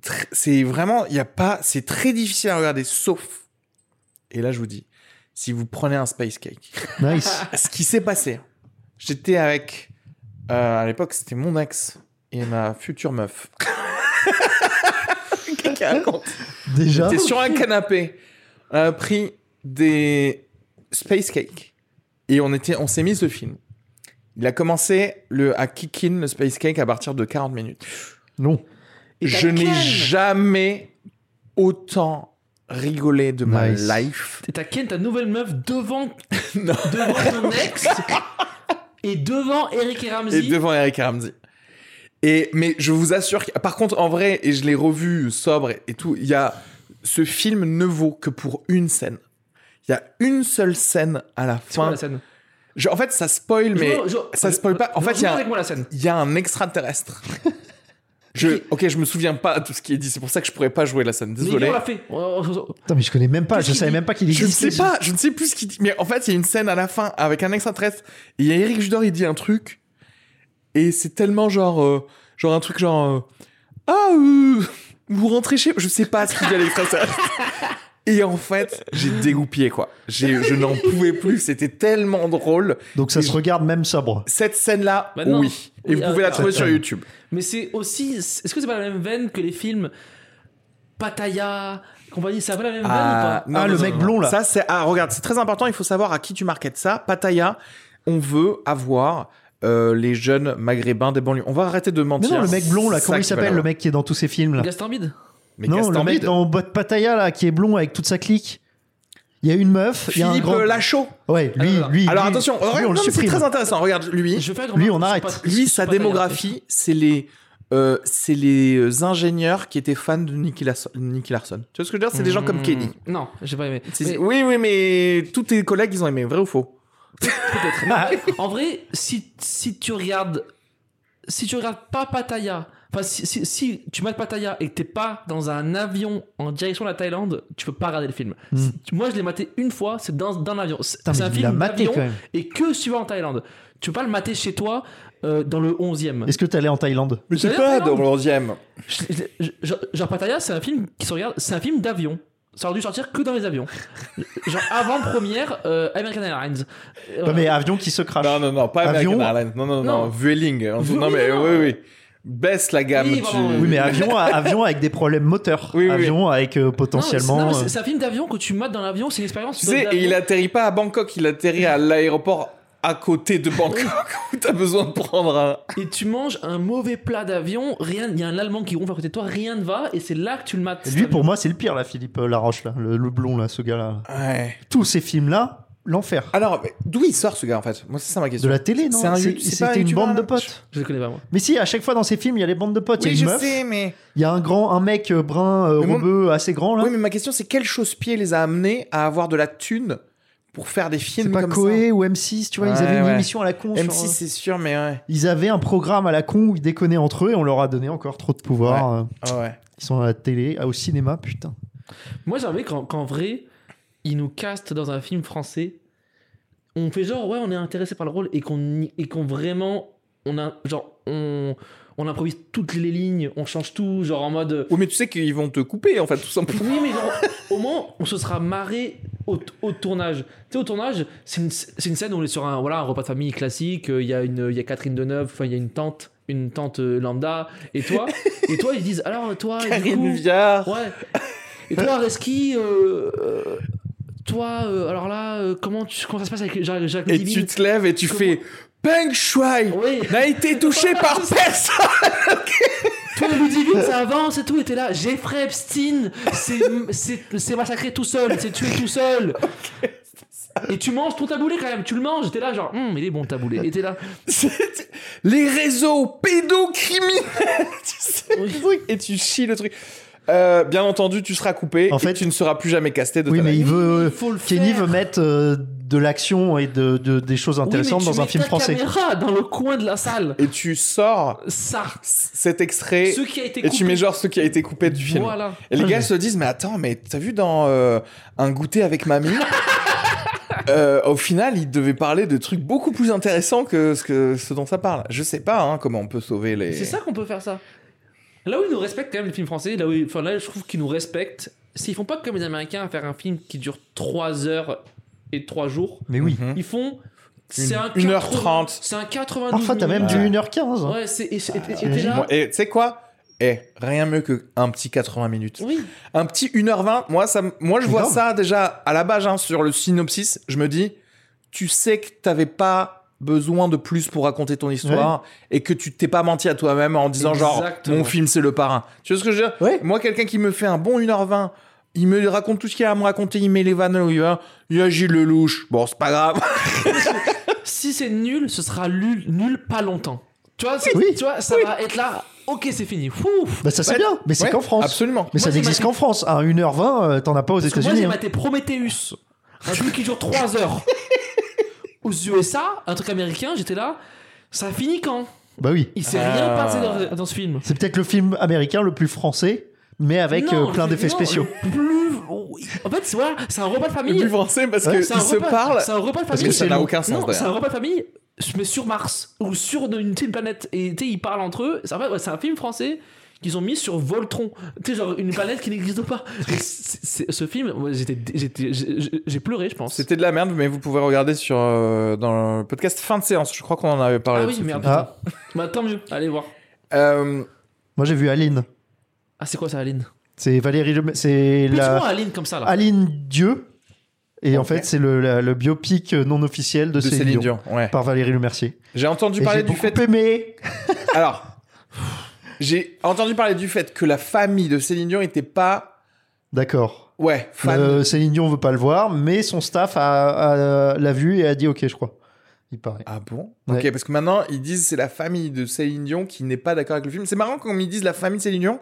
tr- c'est vraiment, il y a pas, c'est très difficile à regarder, sauf, et là, je vous dis, si vous prenez un space cake. hein. Nice. Ce qui s'est passé, j'étais avec, euh, à l'époque, c'était mon ex et ma future meuf. Qu'est-ce qu'elle raconte Déjà. J'étais Hein sur un canapé, on a pris des space cake et on était, on s'est mis ce film. Il a commencé le, à kick in le space cake à partir de 40 minutes. Non. Et t'as Je n'ai Ken. jamais autant rigolé de ma Nice. life. Et t'as Ken, ta nouvelle meuf, devant, Non. devant ton ex et devant Eric et Ramsey. Et devant Eric Ramsey. Et mais je vous assure, que- par contre, en vrai, et je l'ai revu sobre et, et tout, il y a ce film ne vaut que pour une scène. Il y a une seule scène à la C'est quoi fin. la scène Je- en fait, ça spoil, mais Joue- joue- ça spoil pas. En joue- fait, il y a joue un- avec moi la scène. il y a un extraterrestre. Je, ok, je me souviens pas de tout ce qui est dit. C'est pour ça que je pourrais pas jouer la scène. Mais Désolé. on l'a fait. Oh, On- on- on- Putain, mais je connais même pas. Qu'est-ce Je qu'il savais dit même pas qu'il Je ne existait. sais pas, je ne sais plus ce qu'il dit. Mais en fait, il y a une scène à la fin avec un extraterrestre. Et il y a Eric Judor, il dit un truc. Et c'est tellement genre. euh, genre un truc genre. euh, ah, euh, vous rentrez chez. Je sais pas ce qu'il dit à l'extraterrestre. Et en fait, j'ai dégoupillé, quoi. J'ai- Je n'en pouvais plus. C'était tellement drôle. Donc ça se regarde même sobre. Cette scène-là, Bah non. oui. Et Oui, vous pouvez la euh, trouver sur attends. YouTube. Mais c'est aussi. Est-ce que c'est pas la même veine que les films Pattaya, compagnie Ça va la même veine ou pas non, Ah, non, le non, mec non. blond, là. Ça, c'est. Ah, regarde, c'est très important. Il faut savoir à qui tu marketes ça. Pattaya, on veut avoir euh, les jeunes maghrébins des banlieues. On va arrêter de Mais mentir. non, le mec blond là, C'est comment ça il qui va s'appelle le l'avoir. mec qui est dans tous ces films là Gaston Bide Mais Non, Gaston le mec Bide. dans Botte Pataya là, qui est blond avec toute sa clique. Il y a une meuf, il y a un Philippe grand. Lachaud. Ouais, lui, Alors, lui. Alors lui- attention, lui, regarde, on le non, mais c'est supprime. très intéressant. Regarde, lui, Je vais faire une Lui, remarque on sur arrête. Pat- lui, sur sa Pattaya. démographie, c'est les. euh, c'est les euh, ingénieurs qui étaient fans de Nicky Larson. Nicky Larson. Tu vois ce que je veux dire C'est des gens comme Hmm. Kenny. Non, j'ai pas aimé. C'est- Mais- Oui, oui, mais tous tes collègues, ils ont aimé, vrai ou faux En vrai, si, si tu regardes, si tu regardes pas Pattaya, enfin si, si, si tu mates Pattaya et que t'es pas dans un avion en direction de la Thaïlande, tu peux pas regarder le film. Hmm. Si- tu- Moi, je l'ai maté une fois, c'est dans, dans l'avion. C'est Putain, c'est mais un il a film maté d'avion quand même. et que si tu vas en Thaïlande, tu peux pas le mater chez toi euh, dans le 11e. Est-ce que t'es allé en Thaïlande Mais c'est pas dans l'onzième. Je- je- je- Genre Pattaya, c'est un film qui se regarde, c'est un film d'avion. ça aurait dû sortir que dans les avions. Genre avant-première euh, American Airlines. Euh, Non, mais avion qui se crache. Non, non, non, pas Avion. American Airlines. Non, non, non, Non. Vueling. En tout- Non, mais Vueling. oui, oui. Baisse la gamme. Oui, tu- pardon, Oui, mais avion, a- avion avec des problèmes moteurs. Oui, oui, avion avec euh, non, c'est- non, potentiellement. mais c'est c'est un film d'avion que tu mates dans l'avion, c'est une expérience. Tu sais, et il atterrit pas à Bangkok, il atterrit à l'aéroport à côté de Bangkok où t'as besoin de prendre un. et tu manges un mauvais plat d'avion, rien, il y a un Allemand qui ronfle à côté de toi, rien ne va, et c'est là que tu le mates. euh, Lui, pour moi, c'est le pire, là, Philippe euh, Laroche, là, le, le blond, là, ce gars-là. Ouais. Tous ces films-là, l'enfer. Alors, mais d'où il sort ce gars en fait Moi, c'est ça ma De question. la télé, non C'est un C'est- YouTube- c'est pas un C'était une YouTuber, bande de là potes. Je le connais pas moi. Mais si, à chaque fois dans ces films, il y a les bandes de potes, il oui, y a je une meuf, sais, mais. il y a un grand, un mec euh, brun, euh, Mais moi- rebeu, assez grand, là. Oui, mais ma question, c'est quel chausse-pied les a amenés à avoir de la thune pour faire des c'est films pas comme Koé ou M6, tu vois, Ouais, ils avaient une ouais. émission à la con. ça sur, M6, euh, c'est sûr, mais ouais. Ils avaient un programme à la con où ils déconnaient entre eux et on leur a donné encore trop de pouvoir. euh, Ah ouais. Ils sont à la télé, à- au cinéma, putain. Moi j'ai envie qu'en qu'en vrai, ils nous castent dans un film français, on fait genre ouais on est intéressé par le rôle et qu'on y- et qu'on vraiment, on a genre on, on improvise toutes les lignes, on change tout, genre en mode... Oui, mais tu sais qu'ils vont te couper en fait, tout simplement. Oui, mais genre, au moins, on se sera marré au, au tournage. Tu sais, au tournage, c'est une, c'est une scène où on est sur un, voilà, un repas de famille classique. euh, Il y a une, il y a Catherine Deneuve, enfin, il y a une tante, une tante euh, lambda. Et toi, et toi, ils disent alors toi, et du Karine coup- Viard. ouais. Et toi, Reski, euh, euh, toi, euh, alors là, euh, comment, tu, comment ça se passe avec Jacques, Jacques Et Dibine tu te lèves et tu Comment- fais Peng Shui Oui. n'a été touché par personne. Toi, Ludivine, ça avance et tout, et t'es là. Jeffrey Epstein c'est- c'est c'est massacré tout seul, c'est tué tout seul. Et tu manges ton taboulé quand même, tu le manges, et t'es là, genre, Hum, il est bon le taboulé, et t'es là. C'est- Les réseaux pédocriminels. tu sais, Oui. le truc. Et tu chies le truc. Euh, bien entendu, tu seras coupé. En et fait- tu ne seras plus jamais casté de Oui, ta mais vie. il veut. euh, Il faut le Kenny faire. veut mettre euh, de l'action et de, de- des choses intéressantes Oui, mais tu dans un mets film ta français. caméra dans le coin de la salle, Et tu sors ça, cet extrait. ce qui a été Et coupé. tu mets genre ce qui a été coupé du film. Voilà. Et les Ouais, gars mais- se disent mais attends mais t'as vu dans euh, un goûter avec mamie euh, au final ils devaient parler de trucs beaucoup plus intéressants que ce que ce dont ça parle je sais pas hein, comment on peut sauver les C'est ça qu'on peut faire ça. Là où ils nous respectent quand même les films français, là où ils- enfin là je trouve qu'ils nous respectent, s'ils font pas comme les Américains à faire un film qui dure 3 heures et 3 jours, Mais oui. Mhm. ils font Une- c'est un une heure 80 trente. C'est un 92 Parfois, t'as même hein. Ah, minutes. du 1h15. Ouais, c'est et c'est- et- et- et t'es t'imagines, là. Moi, et tu sais quoi eh, rien mieux que un petit 80 minutes. Oui. Un petit 1h20, moi, ça, m- moi je vois Énorme. ça déjà à la base hein, sur le synopsis. Je me dis, tu sais que t'avais pas besoin de plus pour raconter ton histoire et que tu t'es pas menti à toi-même en disant Exactement. genre, mon film c'est le parrain. Tu vois ce que je veux dire Ouais. Moi, quelqu'un qui me fait un bon 1h20, il me raconte tout ce qu'il a à me raconter, il met les vannes où il va, il y a Gilles Lelouch, bon, c'est pas grave. Si c'est nul, ce sera nul, nul pas longtemps. Tu vois, c'est- Oui. tu vois ça va être là. OK, c'est fini. Fouf. Bah, ça, c'est Ouais. bien. Mais c'est Ouais, qu'en France. Absolument. Mais Moi, ça j'ai n'existe ma- qu'en France. À 1h20, euh, t'en as pas aux Parce que moi États-Unis. j'ai hein. maté Prometheus, un film qui dure 3 heures. Aux USA, un truc américain, j'étais là, ça finit quand Bah oui. Il s'est Ah. rien passé dans, dans ce film. C'est peut-être le film américain le plus français, mais avec Non, euh, plein je- d'effets non, spéciaux. le Plus... En fait, c'est voilà, c'est un repas de Le plus famille. français parce Ouais. que C'est un qu'il se repas- parle. C'est un repas de famille. Parce que ça C'est n'a le- aucun sens, Non, d'ailleurs. c'est un repas de famille, mais sur Mars ou sur une, une petite planète. Et tu sais, ils parlent entre eux. C'est en fait, ouais, c'est un film français qu'ils ont mis sur Voltron. Tu sais, genre une planète qui n'existe pas. Et c'est- c'est- ce film, moi, j'étais- j'étais- j'ai j'ai pleuré, je pense. C'était de la merde, mais vous pouvez regarder sur euh, dans le podcast fin de séance. Je crois qu'on en avait parlé. Ah de oui, ce merde. film. putain. Bah, tant mieux, allez voir. Euh, Moi, j'ai vu Aline. Ah, c'est quoi ça, Aline C'est Valérie. Lem- C'est Pitch-moi la. Aline comme ça, là. Aline Dieu. Et en Ok. fait, c'est le, la- le biopic non officiel de, de Céline Dion. Ouais. Par Valérie Lemercier. J'ai entendu Et parler j'ai du beaucoup fait. aimé. Alors, j'ai entendu parler du fait que la famille de Céline Dion n'était pas D'accord. ouais fan. Euh, Céline Dion veut pas le voir, mais son staff a, a- l'a vu et a dit ok, je crois. Il paraît. Ah bon Ouais. Ok, parce que maintenant ils disent c'est la famille de Céline Dion qui n'est pas d'accord avec le film. C'est marrant quand ils disent la famille de Céline Dion.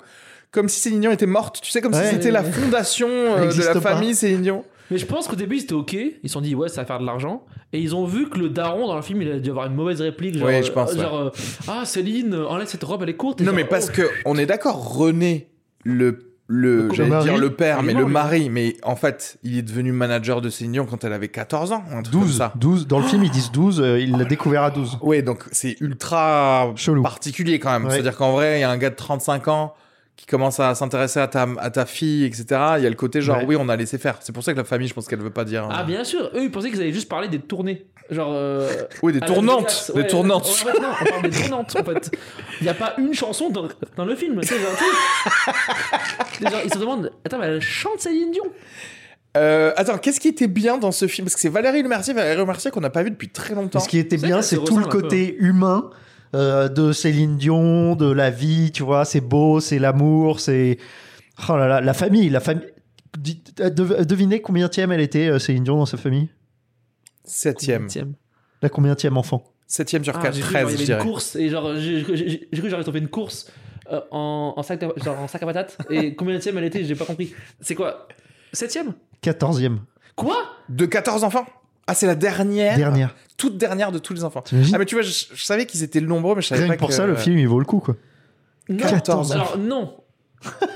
Comme si Céline Dion était morte, tu sais, comme Ouais. si c'était la fondation euh, de existe la pas. famille Céline Dion. Mais je pense qu'au début ils étaient ok, ils se sont dit ouais ça va faire de l'argent et ils ont vu que le daron dans le film il a dû avoir une mauvaise réplique genre, Ouais, je pense, euh, genre euh, ah Céline euh, enlève cette robe elle est courte. Et Non, genre, mais parce oh. que on est d'accord, René, le le, Le j'allais mari. dire le père, Il est mais le mort, lui. mari, mais en fait, il est devenu manager de Céline Dion quand elle avait 14 ans, un truc comme 12, ça. 12. Dans le film, ils disent 12. euh, il l'a découvert à 12. Ouais, donc c'est ultra Chelou. particulier quand même. Ouais. C'est-à-dire qu'en vrai, il y a un gars de 35 ans qui commence à s'intéresser à ta, à ta fille, etc. Il y a le côté genre, Ouais. oui, on a laissé faire. C'est pour ça que la famille, je pense qu'elle veut pas dire. Ah euh, bien sûr, eux ils pensaient qu'ils allaient juste parler des tournées. Genre euh, Oui, des à la Vegas, tournantes. ouais, Des tournantes. ouais, ouais, non, on parle des tournantes en fait. Il n'y a pas une chanson dans, dans le film. tu sais, genre, tu sais. Les gens, ils se demandent, attends, mais elle chante Céline Dion. Euh, attends, qu'est-ce qui était bien dans ce film Parce que c'est Valérie Lemercier, Valérie Lemercier qu'on n'a pas vu depuis très longtemps. Ce qui était C'est vrai bien, qu'elle se c'est tout le ressemble un côté hein. humain euh, de Céline Dion, de la vie, tu vois. C'est beau, c'est l'amour, c'est. Oh là là, la famille, la famille. Dis- euh, dev- Devinez combien tième elle était, euh, Céline Dion, dans sa famille Septième. Septième. La combien tième enfant Septième sur Ah, quatre, j'ai cru, 13, genre, je il y avait dirais. une course et genre j'ai j'ai- j'ai- j'ai cru j'aurais trouvé une course euh, en, en sac de- genre, en sac à patates et combien de elle était j'ai pas compris c'est quoi septième 14e, quoi De 14 enfants Ah, c'est la dernière, dernière. toute dernière de tous les enfants. T'imagines Ah, mais tu vois, je, je savais qu'ils étaient nombreux, mais je savais Rien pas que pour que- ça, le film, il vaut le coup, quoi. non 14 alors non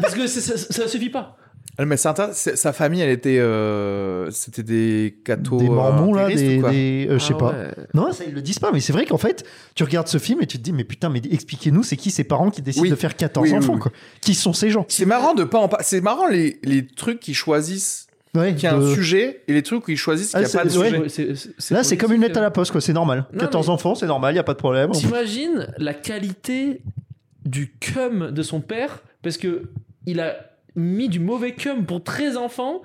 parce que c'est- ça, ça suffit pas Ah, Mais c'est intéressant, c'est- sa famille, elle était. euh, C'était des cathos. des euh, mormons, là, intégristes des. ou quoi des- euh, je sais Ah pas. ouais. Non, ça, ils le disent pas, mais c'est vrai qu'en fait, tu regardes ce film et tu te dis, mais putain, mais expliquez-nous, c'est qui ces parents qui décident Oui. de faire 14 Oui, oui, enfants, oui. quoi Qui sont ces gens C'est marrant de pas en pas. C'est marrant les, les trucs qu'ils choisissent, Ouais, qu'il y a un de- sujet, et les trucs où ils choisissent qu'il n'y Ah, a pas de c'est- ouais. sujet. Là, c'est comme une lettre à la poste, quoi, c'est normal. Non, 14 mais- enfants, c'est normal, y a pas de problème. t'imagines la qualité du cum de son père parce que il a mis du mauvais cum pour 13 enfants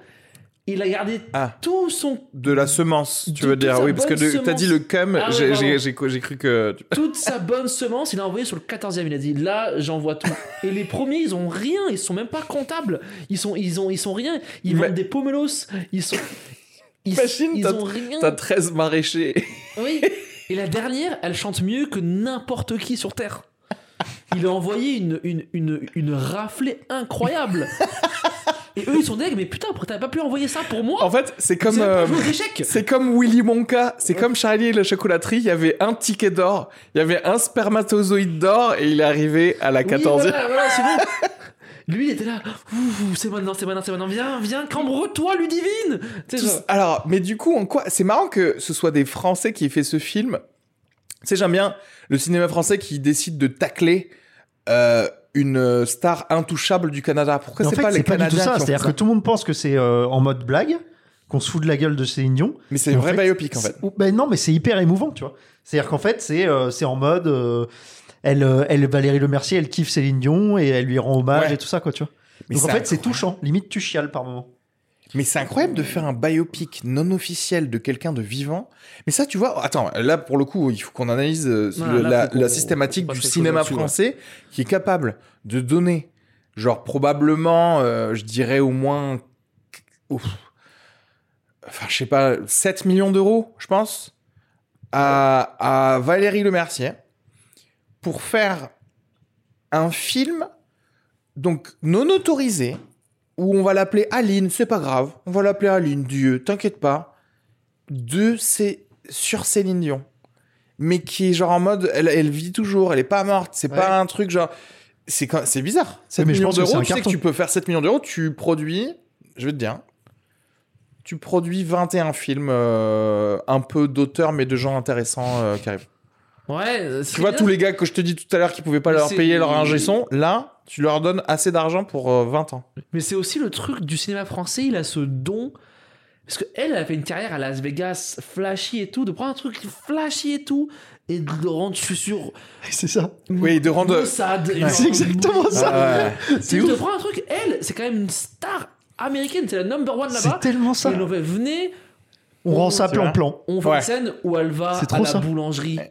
il a gardé Ah. tout son De la semence, tu De veux toute dire. sa Oui, parce que bonne de- t'as semence. dit le cum, Ah ouais, j'ai- pardon. j'ai j'ai- j'ai cru que. toute sa bonne semence, il a envoyé sur le 14e. Il a dit là, j'envoie tout. Et les premiers, ils ont rien, ils sont même pas comptables. Ils sont, ils ont, ils sont rien. Ils Mais- vendent des pomelos. Ils sont, ils, Imagine, ils t'as- ont rien. T'as 13 maraîchers. Oui. Et la dernière, elle chante mieux que n'importe qui sur terre. Il a envoyé une, une, une, une raflée incroyable. Et eux, ils sont dingues, mais putain, pourquoi t'as pas pu envoyer ça pour moi En fait, c'est Vous comme. savez Oh pas euh, jouer aux échecs C'est comme Willy Wonka, c'est comme Charlie et la chocolaterie, il y avait un ticket d'or, il y avait un spermatozoïde d'or et il est arrivé à la Oui, 14e. voilà, voilà, c'est bon. Lui, il était là. Ouh, c'est maintenant, c'est maintenant, c'est maintenant. Viens, viens, cambre-toi, Ludivine. Tu sais, Tous- genre, Alors, mais du coup, en quoi C'est marrant que ce soit des Français qui aient fait ce film. Tu sais, j'aime bien le cinéma français qui décide de tacler euh, une star intouchable du Canada. Pourquoi Mais en c'est fait, pas les c'est pas du tout Canadiens ça. qui ont fait C'est-à-dire que ça tout le monde pense que c'est euh, en mode blague, qu'on se fout de la gueule de Céline Dion. Mais c'est Et un en vrai fait, biopic en fait. c'est- ou- Ben non, mais c'est hyper émouvant, tu vois. C'est-à-dire qu'en fait, c'est euh, c'est en mode. euh, elle, euh, elle, Valérie Lemercier, elle kiffe Céline Dion et elle lui rend hommage Ouais. et tout ça, quoi, tu vois. Mais Donc en c'est fait, c'est touchant. Limite, tu chiales par moment. Mais c'est incroyable de faire un biopic non officiel de quelqu'un de vivant. Mais ça, tu vois, attends, là pour le coup, il faut qu'on analyse euh, Voilà, le- là, la, faut qu'on- la systématique faut du passer cinéma dessus, ouais. français qui est capable de donner, genre probablement, euh, je dirais au moins, ouf, enfin je sais pas, 7 millions d'euros, je pense, à, à Valérie Lemercier pour faire un film donc non autorisé où on va l'appeler Aline, c'est pas grave, on va l'appeler Aline, Dieu, t'inquiète pas, de c'est sur Céline Dion, mais qui est genre en mode, elle, elle vit toujours, elle est pas morte, c'est Ouais. pas un truc genre, c'est quand- c'est bizarre. 7 mais je millions pense que c'est d'euros, un tu sais que carton. tu peux faire 7 millions d'euros, tu produis, je vais te dire, tu produis 21 films euh, un peu d'auteurs mais de gens intéressants euh, qui arrivent. Ouais, euh, Tu vois, tous les gars que je te dis tout à l'heure qui pouvaient pas Mais leur c'est- payer leur ingé son, là, tu leur donnes assez d'argent pour euh, 20 ans. Mais c'est aussi le truc du cinéma français, il a ce don. Parce qu'elle, elle a fait une carrière à Las Vegas, flashy et tout, de prendre un truc flashy et tout, et de le rendre, je suis sûr, C'est ça. Oui, de rendre. maussade. et C'est genre, exactement ça. Ah ouais. Si tu te prends un truc, elle, c'est quand même une star américaine, c'est la number one C'est là-bas. tellement Et ça. elle fait, venez, On rend ça C'est vrai. plan-plan. on fait Ouais. une scène où elle va C'est à trop la ça. boulangerie. Putain,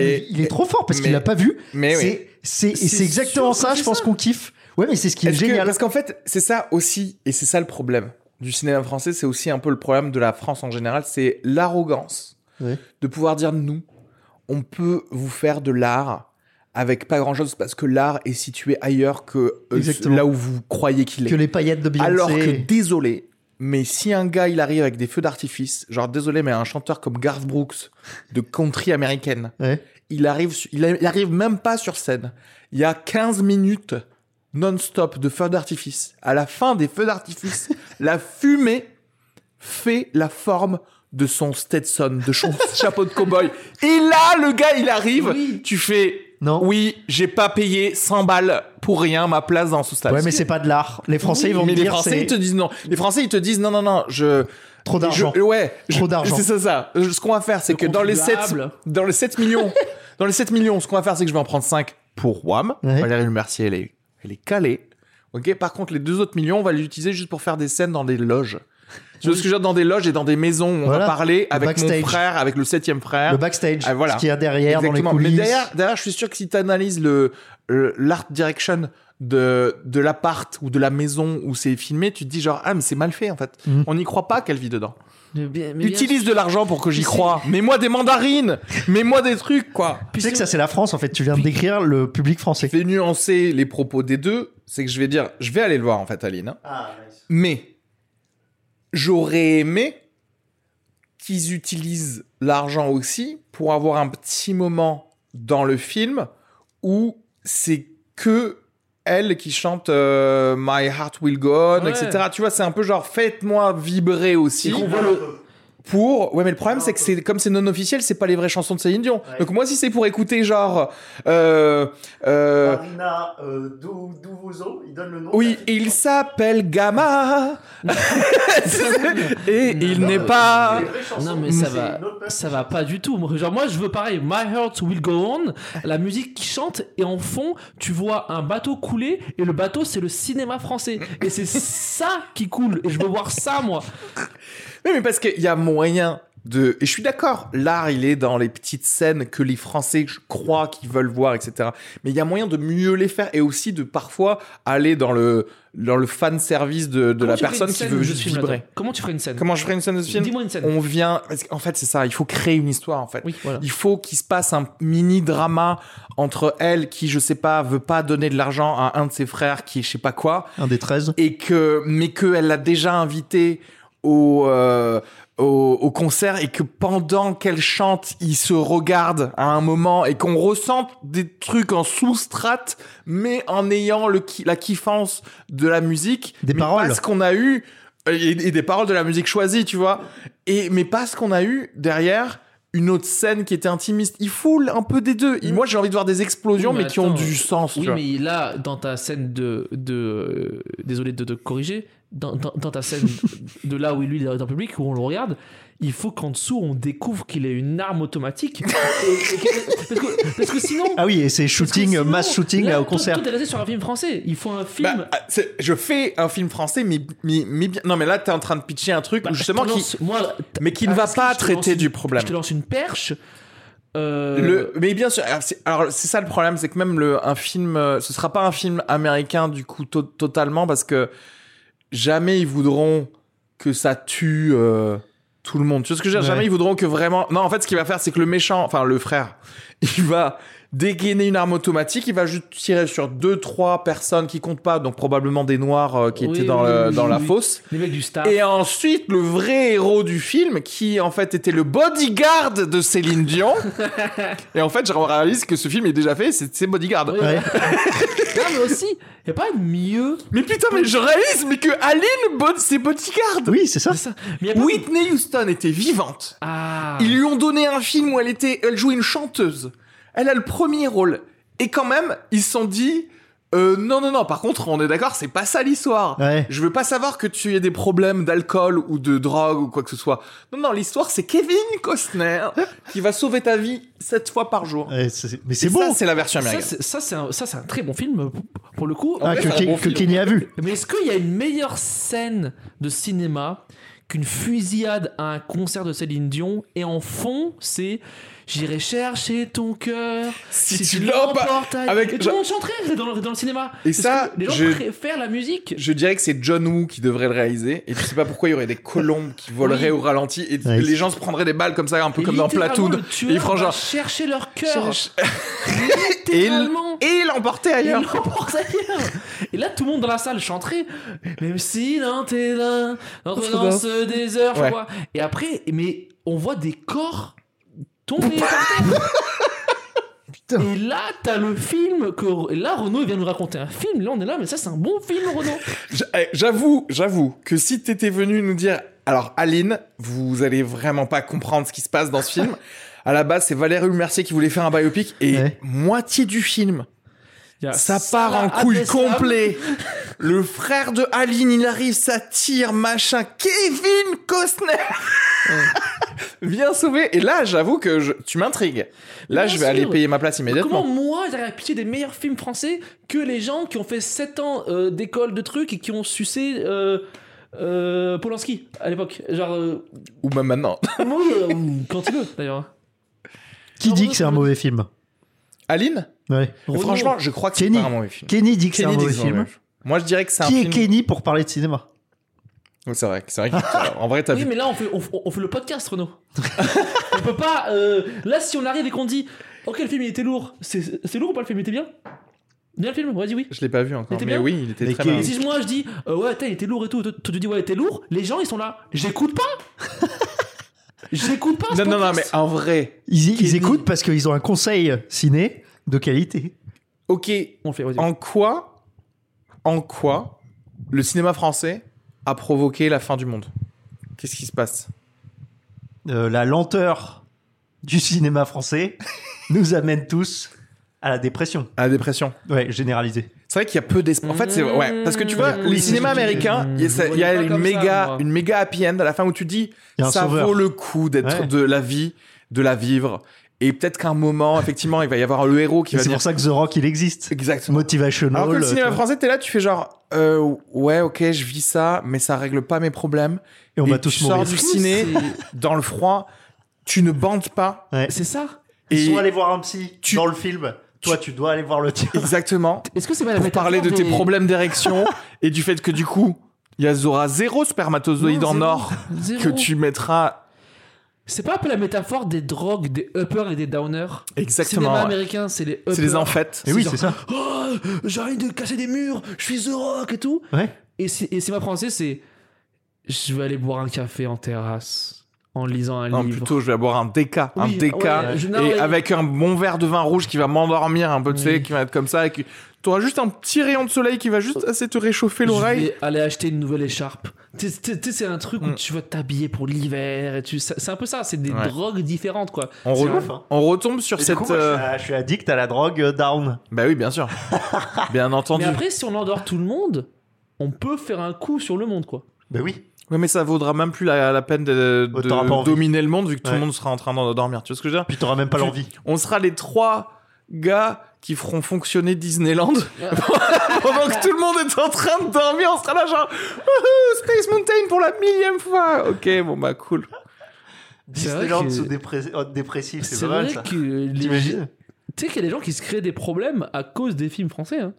mais Et- Il est trop fort parce mais- qu'il l'a pas vu. Mais oui. C'est- C'est et C'est c'est exactement sûr que ça, c'est je pense ça. qu'on kiffe. Ouais, mais c'est ce qui est Est-ce que- génial. parce qu'en fait, c'est ça aussi, et c'est ça le problème du cinéma français, c'est aussi un peu le problème de la France en général, c'est l'arrogance Ouais. de pouvoir dire nous, on peut vous faire de l'art avec pas grand-chose parce que l'art est situé ailleurs que euh, Exactement. là où vous croyez qu'il est. Que les paillettes de Beyoncé. Alors que désolé, mais si un gars il arrive avec des feux d'artifice, genre désolé, mais un chanteur comme Garth Brooks de country américaine, Ouais. il arrive, su- il a- il arrive même pas sur scène. Il y a 15 minutes non-stop de feux d'artifice. À la fin des feux d'artifice, la fumée fait la forme de son Stetson, de son chapeau de cowboy. Et là, le gars, il arrive, Oui. tu fais Non Oui, j'ai pas payé 100 balles pour rien ma place dans ce stade. Ouais, mais c'est pas de l'art. Les Français, ils vont mais me les dire Français, c'est ils te disent non. Les Français, ils te disent non, non, non, je. trop d'argent. Je- ouais, je- Trop d'argent. C'est ça, ça. Je- Ce qu'on va faire, c'est Le que dans les 7, contribuable. dans les 7 millions, dans les 7 millions, ce qu'on va faire, c'est que je vais en prendre 5 pour WAM. Ouais. Valérie Le Mercier, elle est, elle est calée. Ok, par contre, les deux autres millions, on va les utiliser juste pour faire des scènes dans des loges. Tu vois ce que je veux dire dans des loges et dans des maisons où on va Voilà. parler avec backstage. mon frère, avec le septième euh, frère. Le backstage, Ah, voilà. ce qu'il y a derrière Exactement. dans les coulisses. Mais derrière, derrière, je suis sûr que si tu analyses le, le- l'art direction de, de l'appart ou de la maison où c'est filmé, tu te dis genre, ah, mais c'est mal fait en fait. Mhm. On n'y croit pas qu'elle vit dedans. Mais bien- mais bien Utilise de l'argent pour que j'y Mais c'est- crois. Mets-moi des mandarines. Mets-moi des trucs, quoi. Puis Tu sais que ça, c'est- c'est la France, en fait. Tu viens de décrire le public français. Je vais nuancer les propos des deux, c'est que je vais dire, je vais aller le voir en fait, Aline. hein. Ah, Mais j'aurais aimé qu'ils utilisent l'argent aussi pour avoir un petit moment dans le film où c'est que elle qui chante euh, My Heart Will Go On, Ouais. etc. Tu vois, c'est un peu genre faites-moi vibrer aussi. Et qu'on voit le- Ah, Pour ouais, mais le problème c'est que c'est comme c'est non officiel, c'est pas les vraies chansons de Céline Dion. Ouais. Donc moi si c'est pour écouter genre euh, euh, Marina Douvozo, il donne le nom. oui, il s'appelle Gamma. Et il n'est pas. Non mais ça va, ça va pas du tout. Moi, Genre moi je veux pareil. My heart will go on. La musique qui chante et en fond tu vois un bateau couler et le bateau c'est le cinéma français et c'est ça qui coule et je veux voir ça moi. Oui, mais parce qu'il y a moyen de. Et je suis d'accord, l'art, il est dans les petites scènes que les Français je crois qu'ils veulent voir, etc. Mais il y a moyen de mieux les faire et aussi de parfois aller dans le, dans le fan service de, de Comment la tu ferais personne une qui scène veut de juste ce film, vibrer. là-dedans Comment tu ferais une scène Euh, Comment je ferais une scène de ce film Dis-moi une scène. On vient. parce qu'en fait, c'est ça, il faut créer une histoire, en fait. Oui voilà. Il faut qu'il se passe un mini drama entre elle qui, je sais pas, veut pas donner de l'argent à un de ses frères qui est je sais pas quoi, Un des 13. et que mais qu'elle l'a déjà invité au, euh, au au concert et que pendant qu'elle chante, ils se regardent à un moment et qu'on ressente des trucs en sous-strate, mais en ayant le ki- la kiffance de la musique, Des mais paroles. pas ce qu'on a eu euh, et, et des paroles de la musique choisie, tu vois, et mais pas ce qu'on a eu derrière. Une autre scène qui était intimiste. Il faut un peu des deux. Et Mm. Moi, j'ai envie de voir des explosions, Oui, mais, mais qui ont attends. du sens. Oui, tu vois. mais là, dans ta scène de. de euh, désolé de te corriger. Dans, dans- dans ta scène de là où lui il est dans le public, où on le regarde, il faut qu'en dessous on découvre qu'il est une arme automatique. Et- et que- parce, que, parce que sinon. Ah oui, et c'est parce que shooting, sinon, mass shooting là, au tout- concert. Tout est resté sur un film français. Il faut un film. Bah, ah, c'est- je fais un film français, mais, mais, mais bien. Non, mais là, t'es en train de pitcher un truc Bah, où, justement je te qui, lance- moi, t- mais qui ne ah, va est-ce que pas je te lance traiter une- du problème. Je te lance une perche. euh, Le, mais bien sûr, alors, c'est- alors c'est ça le problème, c'est que même le, un film, euh, ce sera pas un film américain du coup to- totalement parce que jamais ils voudront que ça tue euh, tout le monde. Tu vois ce que je veux dire Ouais. Jamais ils voudront que vraiment. Non, en fait, ce qu'il va faire, c'est que le méchant, enfin le frère, il va dégainer une arme automatique, il va juste tirer sur deux trois personnes qui comptent pas, donc probablement des noirs euh, qui Oui, étaient dans, oui, le- oui, dans la oui. fosse. Les mecs du staff. Et ensuite, le vrai héros du film, qui en fait était le bodyguard de Céline Dion. et en fait, je réalise que ce film est déjà fait, c'est ses bodyguards. Ouais, Ouais. Non, mais aussi, il n'y a pas mieux. Mais putain, mais je réalise mais que Aline, bod- c'est bodyguard. Oui, c'est ça. que ça. Mais y a pas- Whitney Houston était vivante. Ah. Ils lui ont donné un film où elle était, elle jouait une chanteuse. Elle a le premier rôle. Et quand même, ils se sont dit, euh, non, non, non. Par contre, on est d'accord, c'est pas ça l'histoire. Ouais. Je veux pas savoir que tu aies des problèmes d'alcool ou de drogue ou quoi que ce soit. Non, non, l'histoire, c'est Kevin Costner qui va sauver ta vie sept fois par jour. Ouais, c'est- Et mais Euh, c'est Ça, beau hein, c'est la version Ça, américaine. c'est- ça, c'est un, ça, c'est un très bon film pour- pour le coup. ah, que, c'est un bon que film. Kenny a vu. Mais est-ce qu'il y a une meilleure scène de cinéma qu'une fusillade à un concert de Céline Dion et en fond c'est J'irai chercher ton cœur Si tu l'emportes ah, avec- avec et tout le monde chanterait dans le, dans le cinéma. Et Parce ça, que les gens je- préfèrent la musique. Je dirais que c'est John Woo qui devrait le réaliser. Et je sais pas pourquoi il y aurait des colombes qui voleraient au ralenti et Ouais. les gens se prendraient des balles comme ça, un peu Et comme dans littéralement, Platoon. le tueur ils feront va genre- chercher leur cœur. Et Littéralement. l'emporter Et ailleurs. l'emporte ailleurs. Et là, tout le monde dans la salle chanterait. Même si dans tes mains, dans Notre danse des heures, je Ouais. crois. Et après, mais on voit des corps tomber par terre. Et là, t'as le film que. et Là, Renaud vient nous raconter un film. Là, on est là, mais ça, c'est un bon film, Renaud. J- eh, J'avoue, j'avoue que si t'étais venu nous dire Alors, Aline, vous allez vraiment pas comprendre ce qui se passe dans ce film. À la base, c'est Valérie Mercier qui voulait faire un biopic et Ouais. moitié du film, Il y Ah, a ça part en Salah couille Abdeslam. complet. Le frère de Aline, il arrive, ça tire, machin. Kevin Costner Viens sauver. Et là, j'avoue que je- tu m'intrigues. Là, Bien je vais aller sûr. payer ma place immédiatement. Comment moi j'arrive à pitcher des meilleurs films français que les gens qui ont fait 7 ans euh, d'école de trucs et qui ont sucé euh, euh, Polanski à l'époque Genre, euh, Ou même maintenant. moi, euh, ou quand il veut d'ailleurs. Qui dit que c'est un mauvais film Aline Ouais. Renaud. Franchement, je crois que c'est Kenny. pas un mauvais film. Kenny dit que c'est un Kenny dit mauvais que c'est un film. mauvais film. Moi, je dirais que c'est un Qui est film. Kenny pour parler de cinéma Oui, c'est vrai, c'est vrai. que- en vrai, t'as Oui, vu. mais là on fait, on, on fait le podcast, Renaud. on peut pas. euh, là, si on arrive et qu'on dit Ok, le film il était lourd, c'est c'est lourd ou pas le film Il était bien Bien le film Ouais, dis oui. Je l'ai pas vu encore. était Mais bien oui, il était Mais très qui- bien. Et si moi je dis euh, ouais t'as il était lourd et tout, toi toi, tu dis ouais il était lourd, les gens ils sont là, j'écoute pas, j'écoute pas. ce Non, non, non, mais podcast. en vrai. Ils, ils Kenny. écoutent parce qu'ils ont un conseil ciné de qualité. Ok, on le fait. vas-y. en quoi. En quoi le cinéma français a provoqué la fin du monde Qu'est-ce qui se passe Euh, la lenteur du cinéma français nous amène tous à la dépression. À la dépression. Ouais, généralisée. C'est vrai qu'il y a peu d'espoir. En fait, c'est. Ouais, parce que tu vois, Mmh. les cinémas américains, il y a, ça- Je il y a voyais pas une, comme ça, méga, moi. une méga happy end à la fin où tu dis Il y a un ça sauveur. vaut le coup d'être Ouais. de la vie, de la vivre. Et peut-être qu'à un moment, effectivement, il va y avoir le héros qui Et va C'est dire. pour ça que The Rock, il existe. Exactement. Motivational. euh, Alors que le cinéma tu vois. français, t'es là, tu fais genre, euh, ouais, ok, je vis ça, mais ça règle pas mes problèmes. Et on Et va tu tous sors mourir. du ciné dans le froid, tu ne bandes pas. Ouais. C'est ça. Et Ils sont allés voir un psy Tu- dans le film. Toi, tu dois aller voir le tien. exactement, Est-ce que c'est pas la pour métaphore parler de tes des- problèmes d'érection et du fait que du coup, il y a- aura zéro spermatozoïde Non, en zéro. or Zéro. que tu mettras. C'est pas un peu la métaphore des drogues, des uppers et des downers. Exactement. Cinéma ouais. américain, c'est les uppers. C'est les enfêtes. Et oui, c'est ça. Oh, j'ai envie de casser des murs, je suis The Rock et tout. Ouais. Et, c'est- et cinéma français, c'est je vais aller boire un café en terrasse en lisant un Non, livre. plutôt, Ah, je vais boire un déca, un Oui, déca, ouais, je- non, et ouais. avec un bon verre de vin rouge qui va m'endormir un peu, tu sais, Oui. qui va être comme ça, et qui... t'auras juste un petit rayon de soleil qui va juste assez te réchauffer l'oreille. Je vais aller acheter une nouvelle écharpe. Tu sais- tu sais, c'est un truc où Mm. tu vas t'habiller pour l'hiver. et tu- ça- C'est un peu ça, c'est des Ouais. drogues différentes, quoi. On, C'est re- ouf, hein. on retombe sur Mais du cette. coup, moi, je, euh, suis, euh, je suis addict à la drogue euh, down. Bah oui, bien sûr. bien entendu. Mais après, si on endort tout le monde, on peut faire un coup sur le monde, quoi. Ben oui. Oui, mais ça vaudra même plus la, la peine de, Oh, de t'auras pas envie. dominer le monde vu que tout le Ouais. monde sera en train d'en dormir. Tu vois ce que je veux dire Puis t'auras même pas Tu- l'envie. On sera les trois gars qui feront fonctionner Disneyland pendant que tout le monde est en train de dormir. On sera là genre Wouhou, Space Mountain pour la millième fois. Ok, bon bah cool. C'est vrai Disneyland que- sous dépré- oh, dépressif, c'est C'est pas mal vrai ça. que les... T'imagines tu sais qu'il y a des gens qui se créent des problèmes à cause des films français. Hein.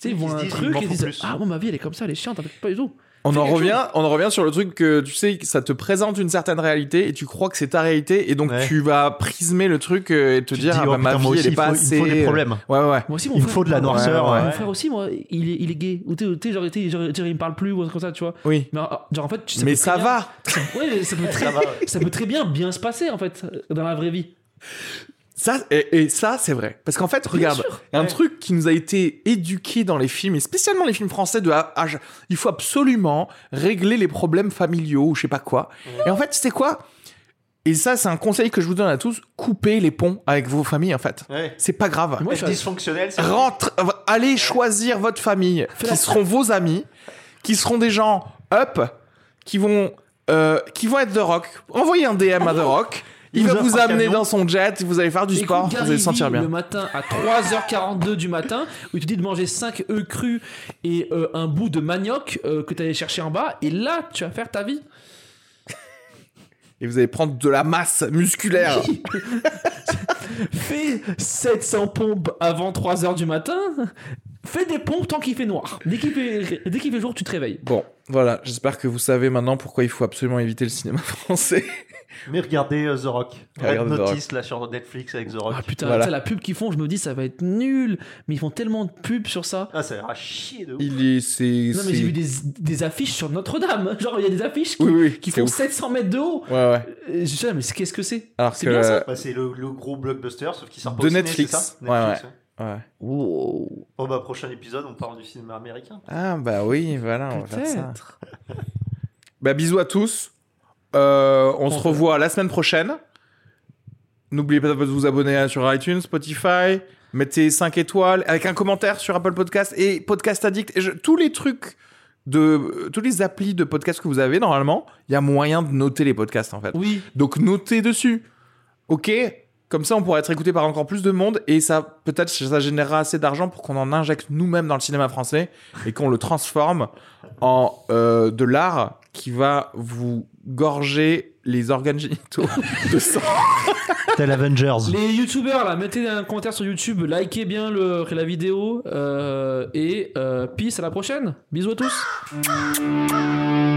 Tu sais, ils Ils voient se un disent, il truc m'en et ils faut disent plus. Ah, moi, ma vie, elle est comme ça, elle est chiante, pas du tout. On Fais en quelque revient, on en revient sur le truc que tu sais, que ça te présente une certaine réalité et tu crois que c'est ta réalité et donc Ouais. tu vas prismer le truc euh, et te Tu dire dis, ah, oh, bah, ma putain, vie moi aussi, elle est il faut- pas Il assez. euh, me faut des problèmes. Ouais ouais. Moi aussi, mon Il me frère. faut de la noirceur. ouais, Mon frère aussi, moi, il est, il est gay. Ou tu sais, ou tu sais, genre, tu sais, genre, tu sais, il me parle plus ou un truc comme ça, tu vois. Oui. Mais ah, genre, en fait, tu sais. Mais ça va. Ouais, mais ça peut, très, Ça va, ouais. ça peut très bien bien se passer, en fait, dans la vraie vie. Ça, et, et ça, c'est vrai. Parce qu'en fait, regarde, sûr. un Ouais. truc qui nous a été éduqué dans les films, et spécialement les films français de ah, ah, je- il faut absolument régler les problèmes familiaux ou je sais pas quoi. Et en fait, c'est quoi Et ça, c'est un conseil que je vous donne à tous coupez les ponts avec vos familles, en fait. Ouais. C'est pas grave. Moi, Être je- dysfonctionnel, c'est Rentre, euh, allez choisir votre famille, qui seront vos amis, qui seront des gens up, qui vont, euh, qui vont être The Rock. Envoyez un DM à The Rock. Il Il va vous offre vous un amener camion. dans son jet, vous allez faire du Écoute, sport, vous Gary allez se sentir Vee, bien. Le matin à 3h42 du matin, où il te dit de manger 5 œufs crus et euh, un bout de manioc euh, que tu allais chercher en bas, et là, tu vas faire ta vie. et vous allez prendre de la masse musculaire. Fais 700 pompes avant 3h du matin. Fais des pompes tant qu'il fait noir. Dès qu'il fait, dès qu'il fait jour, tu te réveilles. bon, voilà, j'espère que vous savez maintenant pourquoi il faut absolument éviter le cinéma français. Mais regardez euh, The Rock. Red Ah, Regardez The Notice, là, sur Netflix avec The Rock. Ah putain, Oh, Voilà. tu sais, la pub qu'ils font, je me dis ça va être nul. Mais ils font tellement de pubs sur ça. Ah, ça ira chier de ouf. Il est c'est Non, mais j'ai vu des, des affiches sur Notre-Dame. Genre, il y a des affiches qui, Oui oui, qui c'est font ouf. 700 mètres de haut. Ouais ouais. Euh, Je sais, mais c'est- qu'est-ce que c'est Alors C'est que bien ça. Bah, c'est le, le gros blockbuster, sauf qu'il sort pas euh, De au ciné, Netflix. c'est ça Ouais, Netflix, ouais. ouais. Wow. Bon, bah, prochain épisode, on parle du film américain. Ah bah oui, voilà, on va faire ça. Peut-être. Bah, bisous à tous. Euh, on se Enfin. revoit la semaine prochaine. N'oubliez pas de vous abonner sur iTunes, Spotify. Mettez 5 étoiles avec un commentaire sur Apple Podcast et Podcast Addict. Et je- tous les trucs de. Tous les applis de podcast que vous avez, normalement, il y a moyen de noter les podcasts en fait. Oui, Donc notez dessus. Ok Comme ça, on pourra être écouté par encore plus de monde et ça, peut-être, ça générera assez d'argent pour qu'on en injecte nous-mêmes dans le cinéma français et qu'on le transforme en euh, de l'art qui va vous gorger les organes génitaux de sang. Tel Avengers. les youtubeurs là, mettez un commentaire sur YouTube, likez bien le, la vidéo euh, et euh, peace à la prochaine. Bisous à tous.